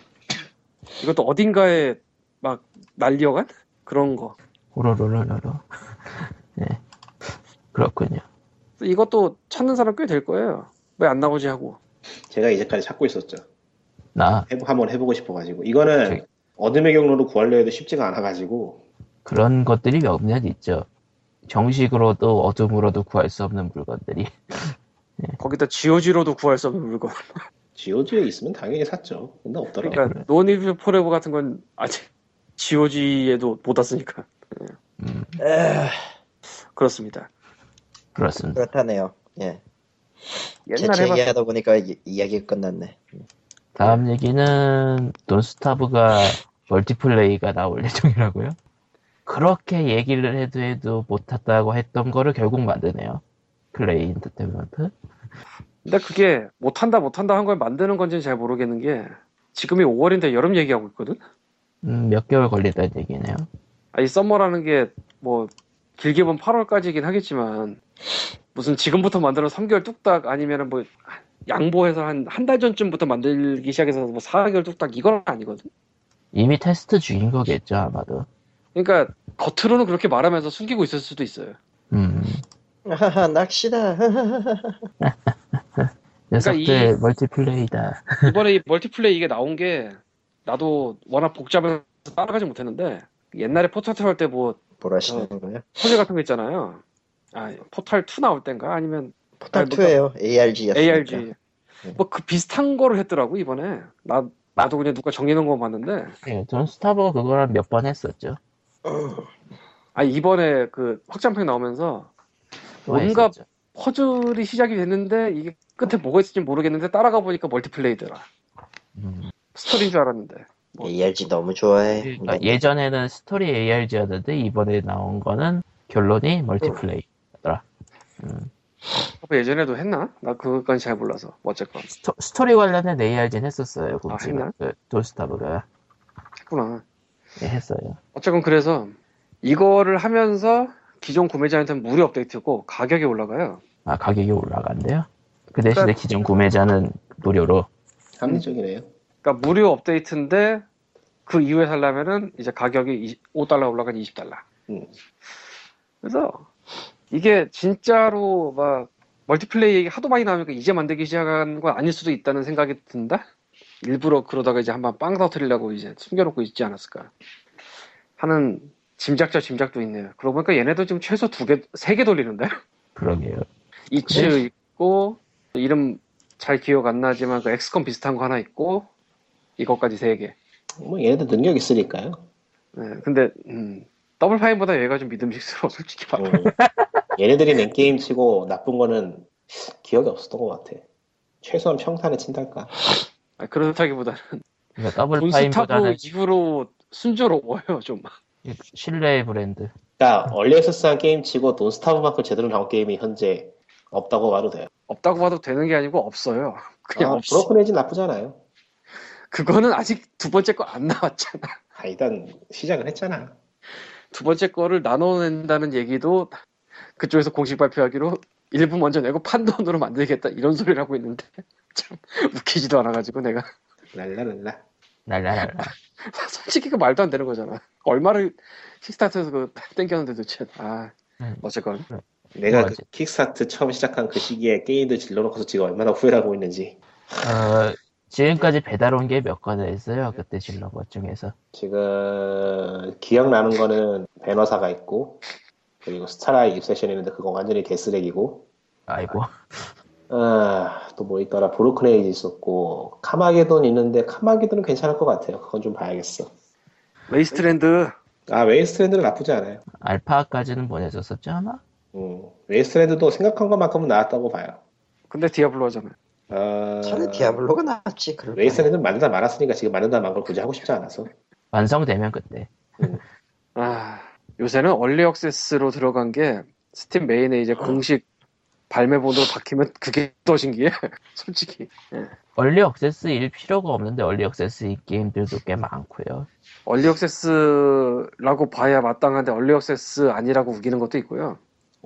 D: 이것도 어딘가에 막 날려간 그런 거
C: 호로로로로로. <laughs> 네. 그렇군요.
D: 이것도 찾는 사람 꽤 될 거예요 왜 안 나오지 하고
E: 제가 이제까지 찾고 있었죠.
C: 나
E: 해보, 한번 해보고 싶어가지고 이거는
C: 저기-
E: 어둠의 경로로 구하려 해도 쉽지가 않아가지고
C: 그런 것들이 몇몇 있죠. 정식으로도 어둠으로도 구할 수 없는 물건들이. <laughs>
D: 거기다 지오지로도 구할 수 없는 물건
E: GOG에 있으면 당연히 샀죠. 근데 없더라고. 요
D: 그러니까 노니브 포레버 같은 건 아직 GOG에도 못 왔으니까
C: 음,
A: 에휴,
D: 그렇습니다.
C: 그렇습니다.
A: 그렇다네요. 예, 제가
D: 옛날에 봤
A: 얘기하다 보니까 이, 이야기 끝났네.
C: 다음 얘기는 돈스타브가 멀티플레이가 나올 <laughs> 예정이라고요. 그렇게 얘기를 해도 해도 못 탔다고 했던 거를 결국 만드네요. 플레이 인터테인먼트.
D: 근데 그게 못 한다 못 한다 한 걸 만드는 건지는 잘 모르겠는 게 지금이 5월인데 여름 얘기하고 있거든.
C: 음, 몇 개월 걸린다는 얘기네요.
D: 아, 이 썸머라는 게 뭐 길게 보면 8월까지긴 하겠지만 무슨 지금부터 만들어 3개월 뚝딱 아니면은 뭐 양보해서 한 한 달 전쯤부터 만들기 시작해서 뭐 4개월 뚝딱 이건 아니거든.
C: 이미 테스트 중인 거겠죠, 아마도.
D: 그러니까 겉으로는 그렇게 말하면서 숨기고 있을 수도 있어요.
C: 음.
A: 하하 낚시다.
C: 녀석들
D: 그러니까
C: 멀티플레이다.
D: 이번에 이 멀티플레이 이게 나온 게 나도 워낙 복잡해서 따라가지 못했는데 옛날에 포탈 할 때 뭐
A: 뭐라시는 거예요?
D: 소재 같은 거 있잖아요. 아
A: 네.
D: 포탈 2 나올 땐가 아니면
A: 포탈
D: 아니, 뭐
A: 2예요. ARG였으니까.
D: ARG
A: 네.
D: 뭐 그 비슷한 거를 했더라고 이번에 나 나도 그냥 누가 정리해놓은 거 봤는데
C: 예, 돈스타브가 그거랑 몇 번 했었죠.
D: 아 이번에 그 확장팩 나오면서 뭔가-
C: 좋아했었죠.
D: 퍼즐이 시작이 됐는데 이게 끝에 뭐가 있을지 모르겠는데 따라가 보니까 멀티플레이더라
C: 음.
D: 스토리인 줄 알았는데 뭐.
A: ARG 너무 좋아해.
C: 그러니까 예전에는 스토리 ARG였는데 이번에 나온 거는
D: 어.
C: 결론이 멀티플레이.
D: 예전에도 했나? 나 그것까지 잘 몰라서 뭐 어쨌건
C: 스토, 스토리 관련된 ARG는 했었어요.
D: 아,
C: 곰지
D: 했나?
C: 그 돈스타브가
D: 했구나
C: 예, 했어요.
D: 어쨌건 그래서 이거를 하면서 기존 구매자한테는 무료 업데이트고 가격이 올라가요.
C: 아 가격이 올라간대요. 그 대신에
D: 그러니까-
C: 기존 구매자는 무료로.
E: 합리적이네요.
D: 그러니까 무료 업데이트인데 그 이후에 살려면은 이제 가격이 5달러 올라간 20달러.
E: 음.
D: 그래서 이게 진짜로 막 멀티플레이 얘기 하도 많이 나오니까 이제 만들기 시작한 건 아닐 수도 있다는 생각이 든다. 일부러 그러다가 이제 한번 빵 터트리려고 이제 숨겨놓고 있지 않았을까 하는 짐작자 짐작도 있네요. 그러고 보니까 얘네도 지금 최소 두 개, 세 개 돌리는데.
C: 그러게요.
D: 이츠
C: 그래?
D: 있고 이름 잘 기억 안 나지만 그 엑스컴 비슷한 거 하나 있고 이것까지 세 개.
E: 뭐 얘네들 능력 있으니까요.
D: 네, 근데 음, 더블 파인보다 얘가 좀 믿음직스러워 솔직히
E: 음.
C: 어.
D: 말하면.
E: 얘네들이 랭게임 치고 나쁜 거는 기억이 없었던 것 같아. 최소한 평탄에 친달까.
D: 아, 그렇다기보다는
C: 그러니까 더블
D: 돈스타브
C: 파인보다는
D: 이후로 순조로워요 좀.
C: 신뢰의 브랜드.
E: 그러니까 얼리액세스한 게임치고 돈스타브만큼 제대로 나온 게임이 현재 없다고 봐도 돼요.
D: 없다고 봐도 되는 게 아니고 없어요. 그냥
E: 아,
D: 없어.
E: 브로큰 에지 나쁘지 않아요.
D: 그거는 아직 두 번째 거 안 나왔잖아. <laughs>
E: 아, 일단 시작은 했잖아.
D: 두 번째 거를 나눠낸다는 얘기도 그쪽에서 공식 발표하기로 일부 먼저 내고 판돈으로 만들겠다 이런 소리를 하고 있는데 <laughs> 참 웃기지도 않아가지고 내가
E: 랄랄랄라.
C: 날라랄라.
D: 솔직히 그 말도 안 되는 거잖아. <laughs> 얼마를 킥스타트에서 그 땡겼는데 도대체 아
C: 음.
D: 어쨌건
E: 내가 그
C: 뭐하지?
E: 킥스타트 처음 시작한 그 시기에 게임들 질러놓고서 지금 얼마나 후회를 하고 있는지.
C: 어, 지금까지 배달 온 게 몇 가지 있어요. 그때 질러버 중에서.
E: 지금 기억나는 거는 배너사가 있고 그리고 스타라이 입세션 있는데 그거 완전히 개쓰레기고
C: 아이고.
E: 아, 또 뭐 있더라 브로큰 에이지 있었고 카마게돈 있는데 카마게돈은 괜찮을 것 같아요 그건 좀 봐야겠어
D: 레이스트랜드
E: 아 웨이스트랜드는 나쁘지 않아요
C: 알파까지는 보내줬었지 아마?
E: 음, 웨이스트랜드도 생각한 것만큼은 나왔다고 봐요
D: 근데 디아블로잖아.
E: 아,
A: 차라리 디아블로가 낫지 그럴 바에.
E: 웨이스트랜드는 만들다 말았으니까 지금 만든다 만걸 굳이 하고 싶지 않아서
C: 완성되면 그때.
D: 아 요새는 얼리 억세스로 들어간 게 스팀 메인에 이제 공식 발매본으로 박히면 그게 <laughs> 더 신기해 솔직히
C: 얼리 억세스 일 필요가 없는데 얼리 억세스 이 게임들도 꽤 많고요.
D: 얼리 억세스라고 봐야 마땅한데 얼리 억세스 아니라고 우기는 것도 있고요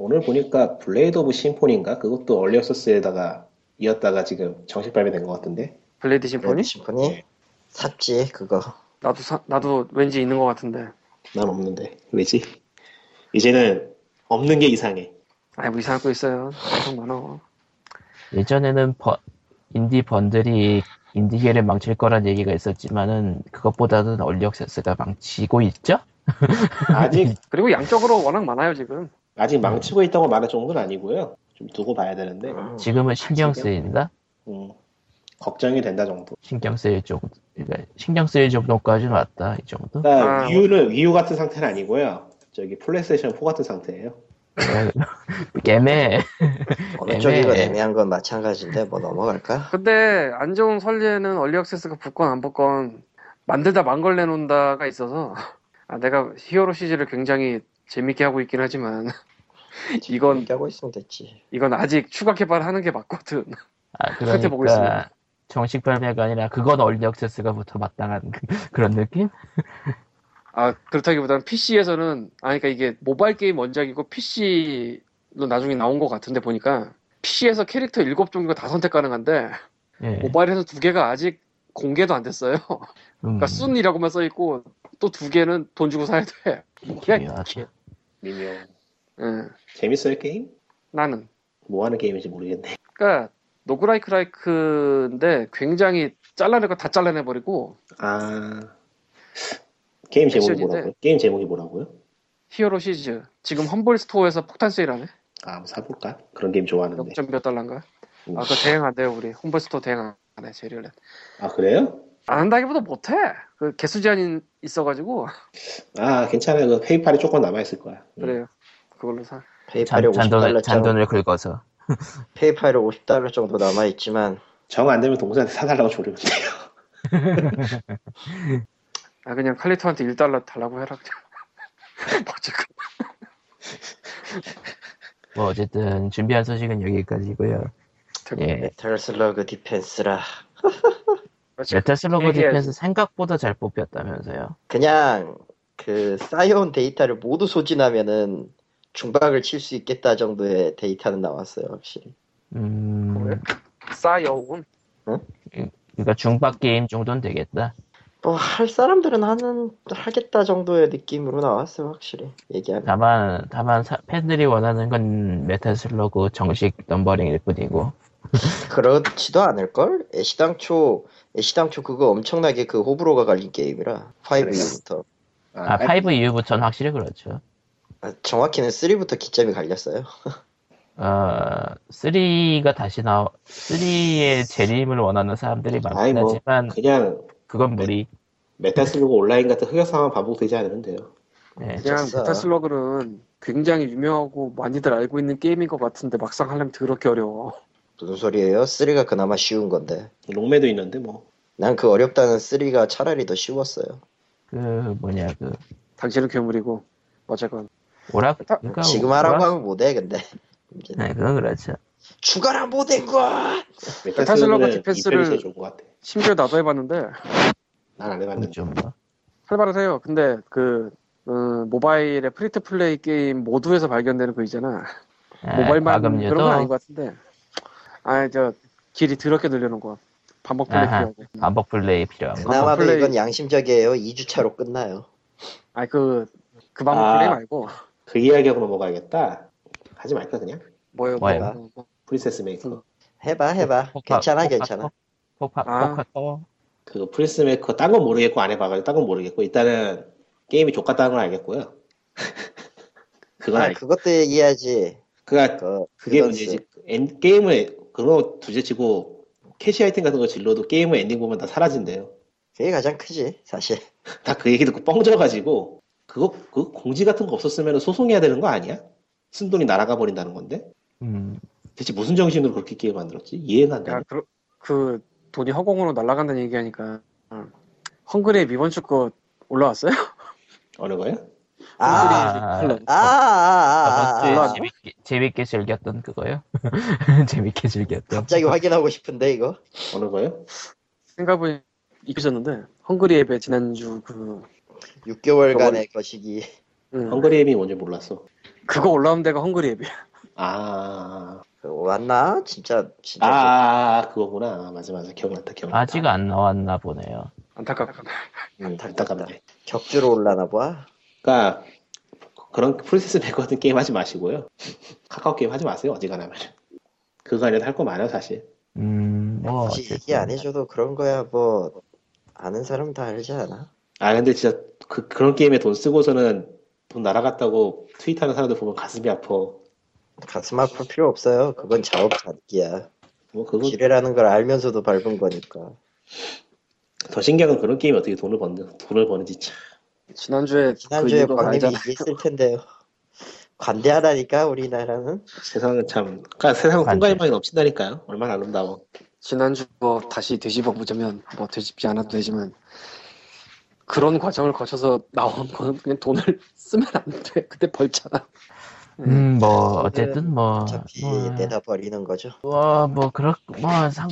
E: 오늘 보니까 블레이드 오브 심포니인가 그것도 얼리어서스에다가 이었다가 지금 정식 발매된 것 같은데
D: 블레이드 심포니?
C: 음.
A: 레드 심포니
E: 예.
A: 삽지 그거
D: 나도 사- 나도 왠지 있는 것 같은데
E: 난 없는데 왜지? 이제는 없는 게 이상해.
D: 아이 뭐 이상한 거 있어요 엄청 많아
C: 예전에는 버- 인디 번들이 인디계를 망칠 거란 얘기가 있었지만은 그것보다는 얼리 억세스가 망치고 있죠?
E: 아직
D: 그리고 양적으로 워낙 많아요 지금
E: 아직 망치고 있다고 말할 정도는 아니고요. 좀 두고 봐야 되는데
A: 음.
D: 어,
C: 지금은 신경
E: 지금?
C: 쓰인다?
E: 음, 걱정이 된다 정도.
C: 신경 쓰일 정도. 그러니까 신경 쓰일 정도까지는 왔다. 이 정도? <laughs>
E: 그러니까
D: 아.
E: 위유는 위유 같은 상태는 아니고요. 저기 플레이스테이션 4 같은 상태예요.
C: 애매해.
A: 어느
C: 애매해.
A: 쪽이건 애매한 건 마찬가지인데 뭐
C: <laughs>
A: 넘어갈까?
D: 근데 안 좋은 설례는 얼리 억세스가 붙건 안 붙건 만들다 망걸 내놓는다가 있어서 아, 내가 히어로 시즈를 굉장히 재밌게 하고 있긴 하지만 이건
A: 얘기하고 있으면 됐지
D: 이건 아직 추가 개발하는 게 맞거든.
C: 아,
D: <laughs> 끝에 보고 있습니다.
C: 그러니까 정식 발매가 아니라 그건 얼리 억세스가부터 마땅한 그- <laughs> 그런 느낌?
D: 아 그렇다기보다는 PC에서는 아 그러니까 이게 모바일 게임 원작이고 PC로 나중에 나온 것 같은데 보니까 PC에서 캐릭터 7 종류가 다 선택 가능한데
C: 예.
D: 모바일에서 두 개가 아직 공개도 안 됐어요.
C: 음,
D: 뭐, 그러니까 순이라고만 써 있고 또 두 개는 돈 주고 사야 돼. 이게
C: 미묘하다.
E: 미묘.
D: 예,
E: 재밌어요 게임?
D: 나는
E: 뭐 하는 게임인지 모르겠네.
D: 그러니까 노그라이크 라이크인데 굉장히 잘라낼 거 다 잘라내 버리고
E: 아 게임 제목이
D: 액션인데.
E: 뭐라고요? 게임 제목이 뭐라고요?
D: 히어로 시즈 지금 험블 스토어에서 폭탄 세일하네.
E: 아 한번 사볼까? 그런 게임 좋아하는데.
D: 0점 몇 달러인가?
E: 음.
D: 아, 그거 대행 안 돼요, 우리. 홈버스토 대행 안 해, 제리얼렛.
E: 아 그래요?
D: 안 한다기보다 못해. 그 개수 제한이 있어가지고.
E: 아 괜찮아요. 그 페이팔이 조금 남아 있을 거야. 음.
D: 그래요. 그걸로 사.
A: 페이팔에
C: 잔,
A: 50달러
C: 잔돈을,
A: 정도
C: 잔돈을 긁어서.
A: 페이팔에 50달러 정도 남아있지만
E: 정 안 되면 동생한테 사달라고 조르는데요.
D: 아, 그냥 칼리토한테 1달러 달라고 해라, 그냥. <laughs> 어쨌건.
C: 뭐, 어쨌든, 준비한 소식은 여기까지고요
D: 네.
C: 예.
A: 메탈 슬러그 디펜스라
C: 메탈 슬러그
D: 얘기해야지.
C: 디펜스 생각보다 잘 뽑혔다면서요.
A: 그냥 그 쌓여온 데이터를 모두 소진하면은 중박을 칠 수 있겠다 정도의 데이터는 나왔어요 확실히
D: 뭐요?
C: 음,
D: 쌓여온.
C: 그러니까 중박 게임 정도는 되겠다.
A: 뭐 할 사람들은 하는 하겠다 정도의 느낌으로 나왔어요 확실히 얘기하면
C: 다만, 다만, 사- 팬들이 원하는 건 메탈 슬러그 정식 넘버링일 뿐이고.
A: 그렇지도 않을걸? 애시당초 애시당초 그거 엄청나게 그 호불호가 갈린 게임이라 5
E: 그래요?
A: 이후부터
C: 아, 5 이후부터는 확실히 그렇죠.
A: 아, 정확히는 3부터 기점이 갈렸어요
C: 어, 3가 다시 나오, 3의 재림을 원하는 사람들이
E: 아이,
C: 많긴
E: 뭐.
C: 하지만,
E: 그냥
C: 그건 무리.
E: 메탈 슬로그 온라인 같은 흑역사만 반복되지 않으면 돼요.
C: 예.
D: 그냥
A: 됐어.
D: 메타슬러그는 굉장히 유명하고 많이들 알고 있는 게임인 것 같은데 막상 하려면 더럽게 어려워.
A: 무슨 소리예요? 3가 그나마 쉬운 건데
E: 롱매도 있는데 뭐
A: 난 그 어렵다는 3가 차라리 더 쉬웠어요.
C: 그 뭐냐 그
D: 당신은 괴물이고 어쨌건
C: 오락
D: 다-
C: 그러니까
A: 아, 지금 하라고
C: 오락-
A: 하면 못해 근데. 이제
C: 네 그건 그렇죠.
A: 죽어라 못된
C: 네.
A: 거야.
D: 메탈 슬러그 디펜스를-
E: 제일 좋은 것 같아.
D: 심지어 나도 해봤는데
E: 난 안
C: 그건
E: 해봤는데.
C: 좀 뭐.
D: 활발하세요. 근데 그 어, 모바일의 프리트 플레이 게임 모두에서 발견되는 거 있잖아.
C: 아,
D: 모바일만
C: 과금류도
D: 그런 건 아닌 것 같은데. 아저 길이 더럽게 늘려놓은 거. 반복 플레이
C: 아하.
D: 필요하고.
C: 반복 플레이 필요한 거.
A: 그나마도
D: 플레이.
A: 이건 양심적이에요. 2주차로 끝나요.
D: 아니 그그 반복
E: 아.
D: 플레이 말고
E: 그 이야기하고 넘어가야겠다. 하지 말까 그냥?
D: 뭐요?
C: 뭐예요?
D: 뭐.
E: 프린세스 메이커.
A: 해봐 해봐.
C: 어, 폭파-
A: 괜찮아
C: 폭파-
A: 괜찮아.
C: 폭파
D: 아.
C: 폭파 또
E: 그 프린세스 메이커 딴 건 모르겠고 안 해봐가지고 딴 건 모르겠고 일단은 게임이 족같다는 건 알겠고요. <laughs> 그건
A: 아,
E: 알겠.
A: 그것도 얘기해야지.
E: 그니까
A: 그
E: 그게
A: 그건
E: 문제지. 엔, 게임을 그거 둘째치고 캐시 아이템 같은 거 질러도 게임의 엔딩 보면 다 사라진대요. <laughs>
A: 그게 가장 크지 사실.
E: 다 그 얘기 듣고 뻥져가지고 그거 그 공지 같은 거 없었으면 소송해야 되는 거 아니야? 쓴 돈이 날아가 버린다는 건데
C: 음
E: 대체 무슨 정신으로 그렇게 게임 만들었지? 이해가 안
D: 야,
E: 가.
D: 그, 그 돈이 허공으로 날아간다는 얘기하니까 어. 헝그레이 이번 주 거 올라왔어요?
E: 어느 거야?
A: 아.
C: 아.
D: 헐렁.
A: 아, 아, 아, 아,
C: 저번
A: 아,
C: 주에 재밌게, 재밌게 즐겼던 그거요. <laughs> 재밌게 즐겼던.
A: 갑자기 확인하고 싶은데 이거
E: 어느 거요?
D: 생각보니 잊혀졌는데 헝그리 앱에 지난주 그
A: 6개월간의 거시기
D: 음,
E: 헝그리엠이 뭔지 몰랐어.
D: 그거 올라온 데가 헝그리 앱이야.
E: 아,
A: 그거 왔나? 진짜
E: 아,
A: 진짜
E: 아, 아, 그거구나. 아, 맞아, 맞아. 기억났다, 기억났다.
C: 아직 안 나왔나 보네요.
D: 안타깝구나.
E: 음, 안타깝네.
A: 격주로 올라나 봐.
E: 그러니까 그런 프로세스 메이커 같은 게임 하지 마시고요. <laughs> 카카오 게임 하지 마세요. 어지간하면. 그거 아니라 할거 많아요, 사실.
C: 음뭐
A: 굳이 얘기 안 해줘도 그런 거야 뭐 아는 사람 다 알지 않아?
E: 아 근데 진짜 그, 그런 게임에 돈 쓰고서는 돈 날아갔다고 트윗하는 사람들 보면 가슴이 아파. 뭐
A: 가슴 아플 필요 없어요. 그건 자업자득이야.
E: 그건
A: 지뢰라는 걸 알면서도 밟은 거니까.
E: 더 신기한 건 그런 게임이 어떻게 돈을 버는 돈을 버는지 참.
D: 지난주에
A: 지난주에
D: 그
A: 광님이
D: 아니잖아.
A: 얘기했을 텐데요. 관대하다니까 우리나라는
E: 세상은 참. 그러니까 세상은
C: 맞아요.
E: 통과일만이 넘친다니까요. 얼마나 아름다워.
D: 지난주 거 다시 되짚어 보자면 뭐 되짚지 않아도 되지만 그런 과정을 거쳐서 나온 거는 그냥 돈을 <laughs> 쓰면 안 돼. 그때 벌잖아.
C: 음뭐 어쨌든 뭐
A: 어차피
C: 뭐,
A: 내다 버리는 거죠.
C: 뭐, 뭐, 그렇, 뭐, 상,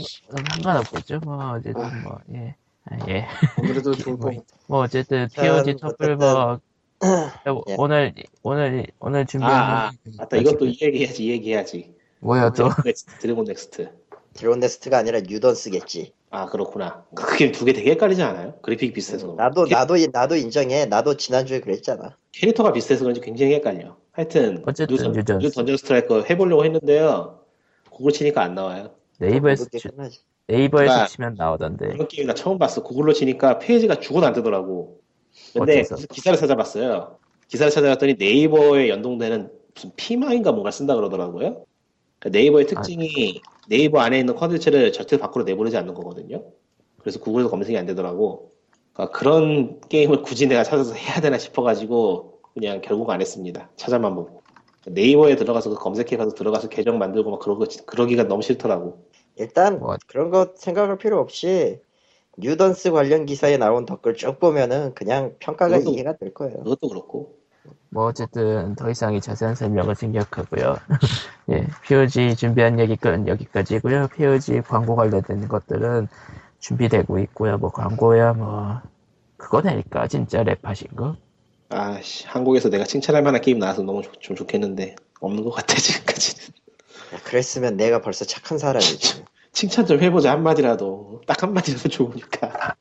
C: 상관없겠죠. 뭐, 어쨌든, 뭐, 예. 아, 예.
D: 아무래도 좋을 거.
C: 뭐, 어쨌든,
A: 참,
C: POG 촛불, 뭐,
A: 예.
C: 오늘, 오늘, 오늘 준비한.
E: 아, 아, 맞다. 이것도 이 얘기해야지, 이 얘기해야지.
C: 뭐야, 또.
E: 드래곤 넥스트, 드래곤 넥스트.
A: 드론데스트가 아니라 뉴던스겠지.
E: 아 그렇구나. 그 게임 두 개 되게 헷갈리지 않아요? 그래픽이 비슷해서.
A: 나도
E: 캐-
A: 나도 나도 인정해. 나도 지난주에 그랬잖아.
E: 캐릭터가 비슷해서 그런지 굉장히 헷갈려. 하여튼
C: 어쨌든
E: 뉴, 던-
C: 뉴던스.
E: 뉴 던전 스트라이커 해보려고 했는데요. 구글 치니까 안 나와요.
C: 네이버에서,
A: 그게
C: 치-
A: 끝나지.
C: 네이버에서
E: 아.
C: 치면 나오던데.
E: 그런 게임 나 처음 봤어. 구글로 치니까 페이지가 죽어도 안 뜨더라고. 근데
C: 어째서?
E: 그래서 기사를 찾아봤어요. 기사를 찾아봤더니 네이버에 연동되는 무슨 피망인가 뭔가 쓴다 그러더라고요. 그러니까
C: 아,
E: 네이버의 특징이 네이버 안에 있는 컨텐츠를 절대 밖으로 내보내지 않는 거거든요. 그래서 구글에서 검색이 안 되더라고. 그런 게임을 굳이 내가 찾아서 해야 되나 싶어가지고 그냥 결국 안 했습니다. 찾아만 보고. 그러니까 네이버에 들어가서 그 검색해가서 들어가서 계정 만들고 막 그러고 그러기가 너무 싫더라고.
A: 일단
C: What?
A: 그런 거 생각할 필요 없이 뉴던스 관련 기사에 나온 댓글 쭉 보면은 그냥 평가가
E: 그것도-
A: 이해가 될 거예요.
E: 그것도 그렇고
C: 뭐, 어쨌든, 더 이상 이 자세한 설명은 생략하고요. <laughs> 예. POG 준비한 얘기는 여기까지고요 POG 광고 관련된 것들은 준비되고 있고요 뭐, 광고야, 뭐, 그거다니까, 진짜 랩하신 거.
E: 아씨 한국에서 내가 칭찬할 만한 게임 나와서 너무 좋, 좀 좋겠는데 없는 것 같아 <laughs> 지금까지는
A: 야, 그랬으면 내가 벌써 착한 사람이지.
E: 칭찬 좀 해보자 한마디라도 딱 한마디라도 좋으니까 <laughs> 아,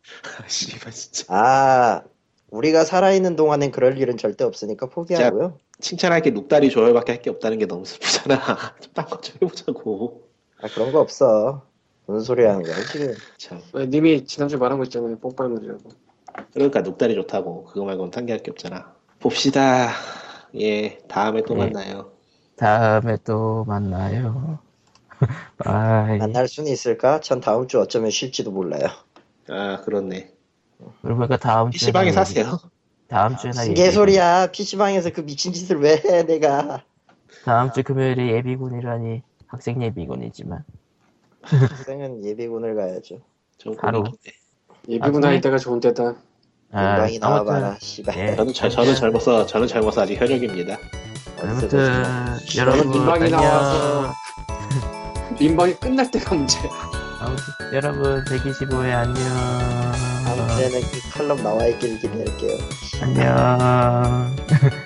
E: 씨발 진짜
A: 아 우리가 살아있는 동안엔 그럴 일은 절대 없으니까 포기하고요.
E: 칭찬할 게 녹다리 조혈밖에 할 게 없다는 게 너무 슬프잖아 <laughs> 좀딴거좀 해보자고
A: 아 그런 거 없어. 무슨 소리 하는 거야 지금?
E: 참
D: 왜 님이 지난주 말한 거 있잖아요. 뽕빨물이라고.
E: 그러니까 녹다리 좋다고 그거 말고는 딴 게 할 게 없잖아 봅시다 예 다음에 또
C: 예.
E: 만나요
C: 다음에 또 만나요. <laughs> 바이.
A: 만날 수는 있을까? 전 다음 주 어쩌면 쉴지도 몰라요.
E: 아 그렇네
C: 그리고 보니까 그러니까 다음 주에
E: PC방에 사세요
C: 다음 주에
A: 무슨 아, 개소리야. PC방에서 그 미친 짓을 왜 해, 내가.
C: 다음 주 금요일에 예비군이라니 학생 예비군이지만
A: 학생은 예비군을 가야죠.
E: 좀
C: 바로.
E: 고민인데
D: 예비군
C: 나중에-
D: 다닐 때가 좋은 때다.
C: 아,
A: 민망이
C: 아무튼
A: 나와봐라 씨발
C: 예.
E: 저는, 저, 저는 젊어서 저는 젊어서 아직 현역입니다.
C: 아무튼
D: 저는
C: 여러분
D: 민방위
C: 안녕.
D: 나와서 민방위 끝날 때가 문제야.
C: 아무튼 여러분 125회 안녕. 아.
A: 그 다음 주에는 이 칼럼 나와 있길 기대할게요
C: 안녕.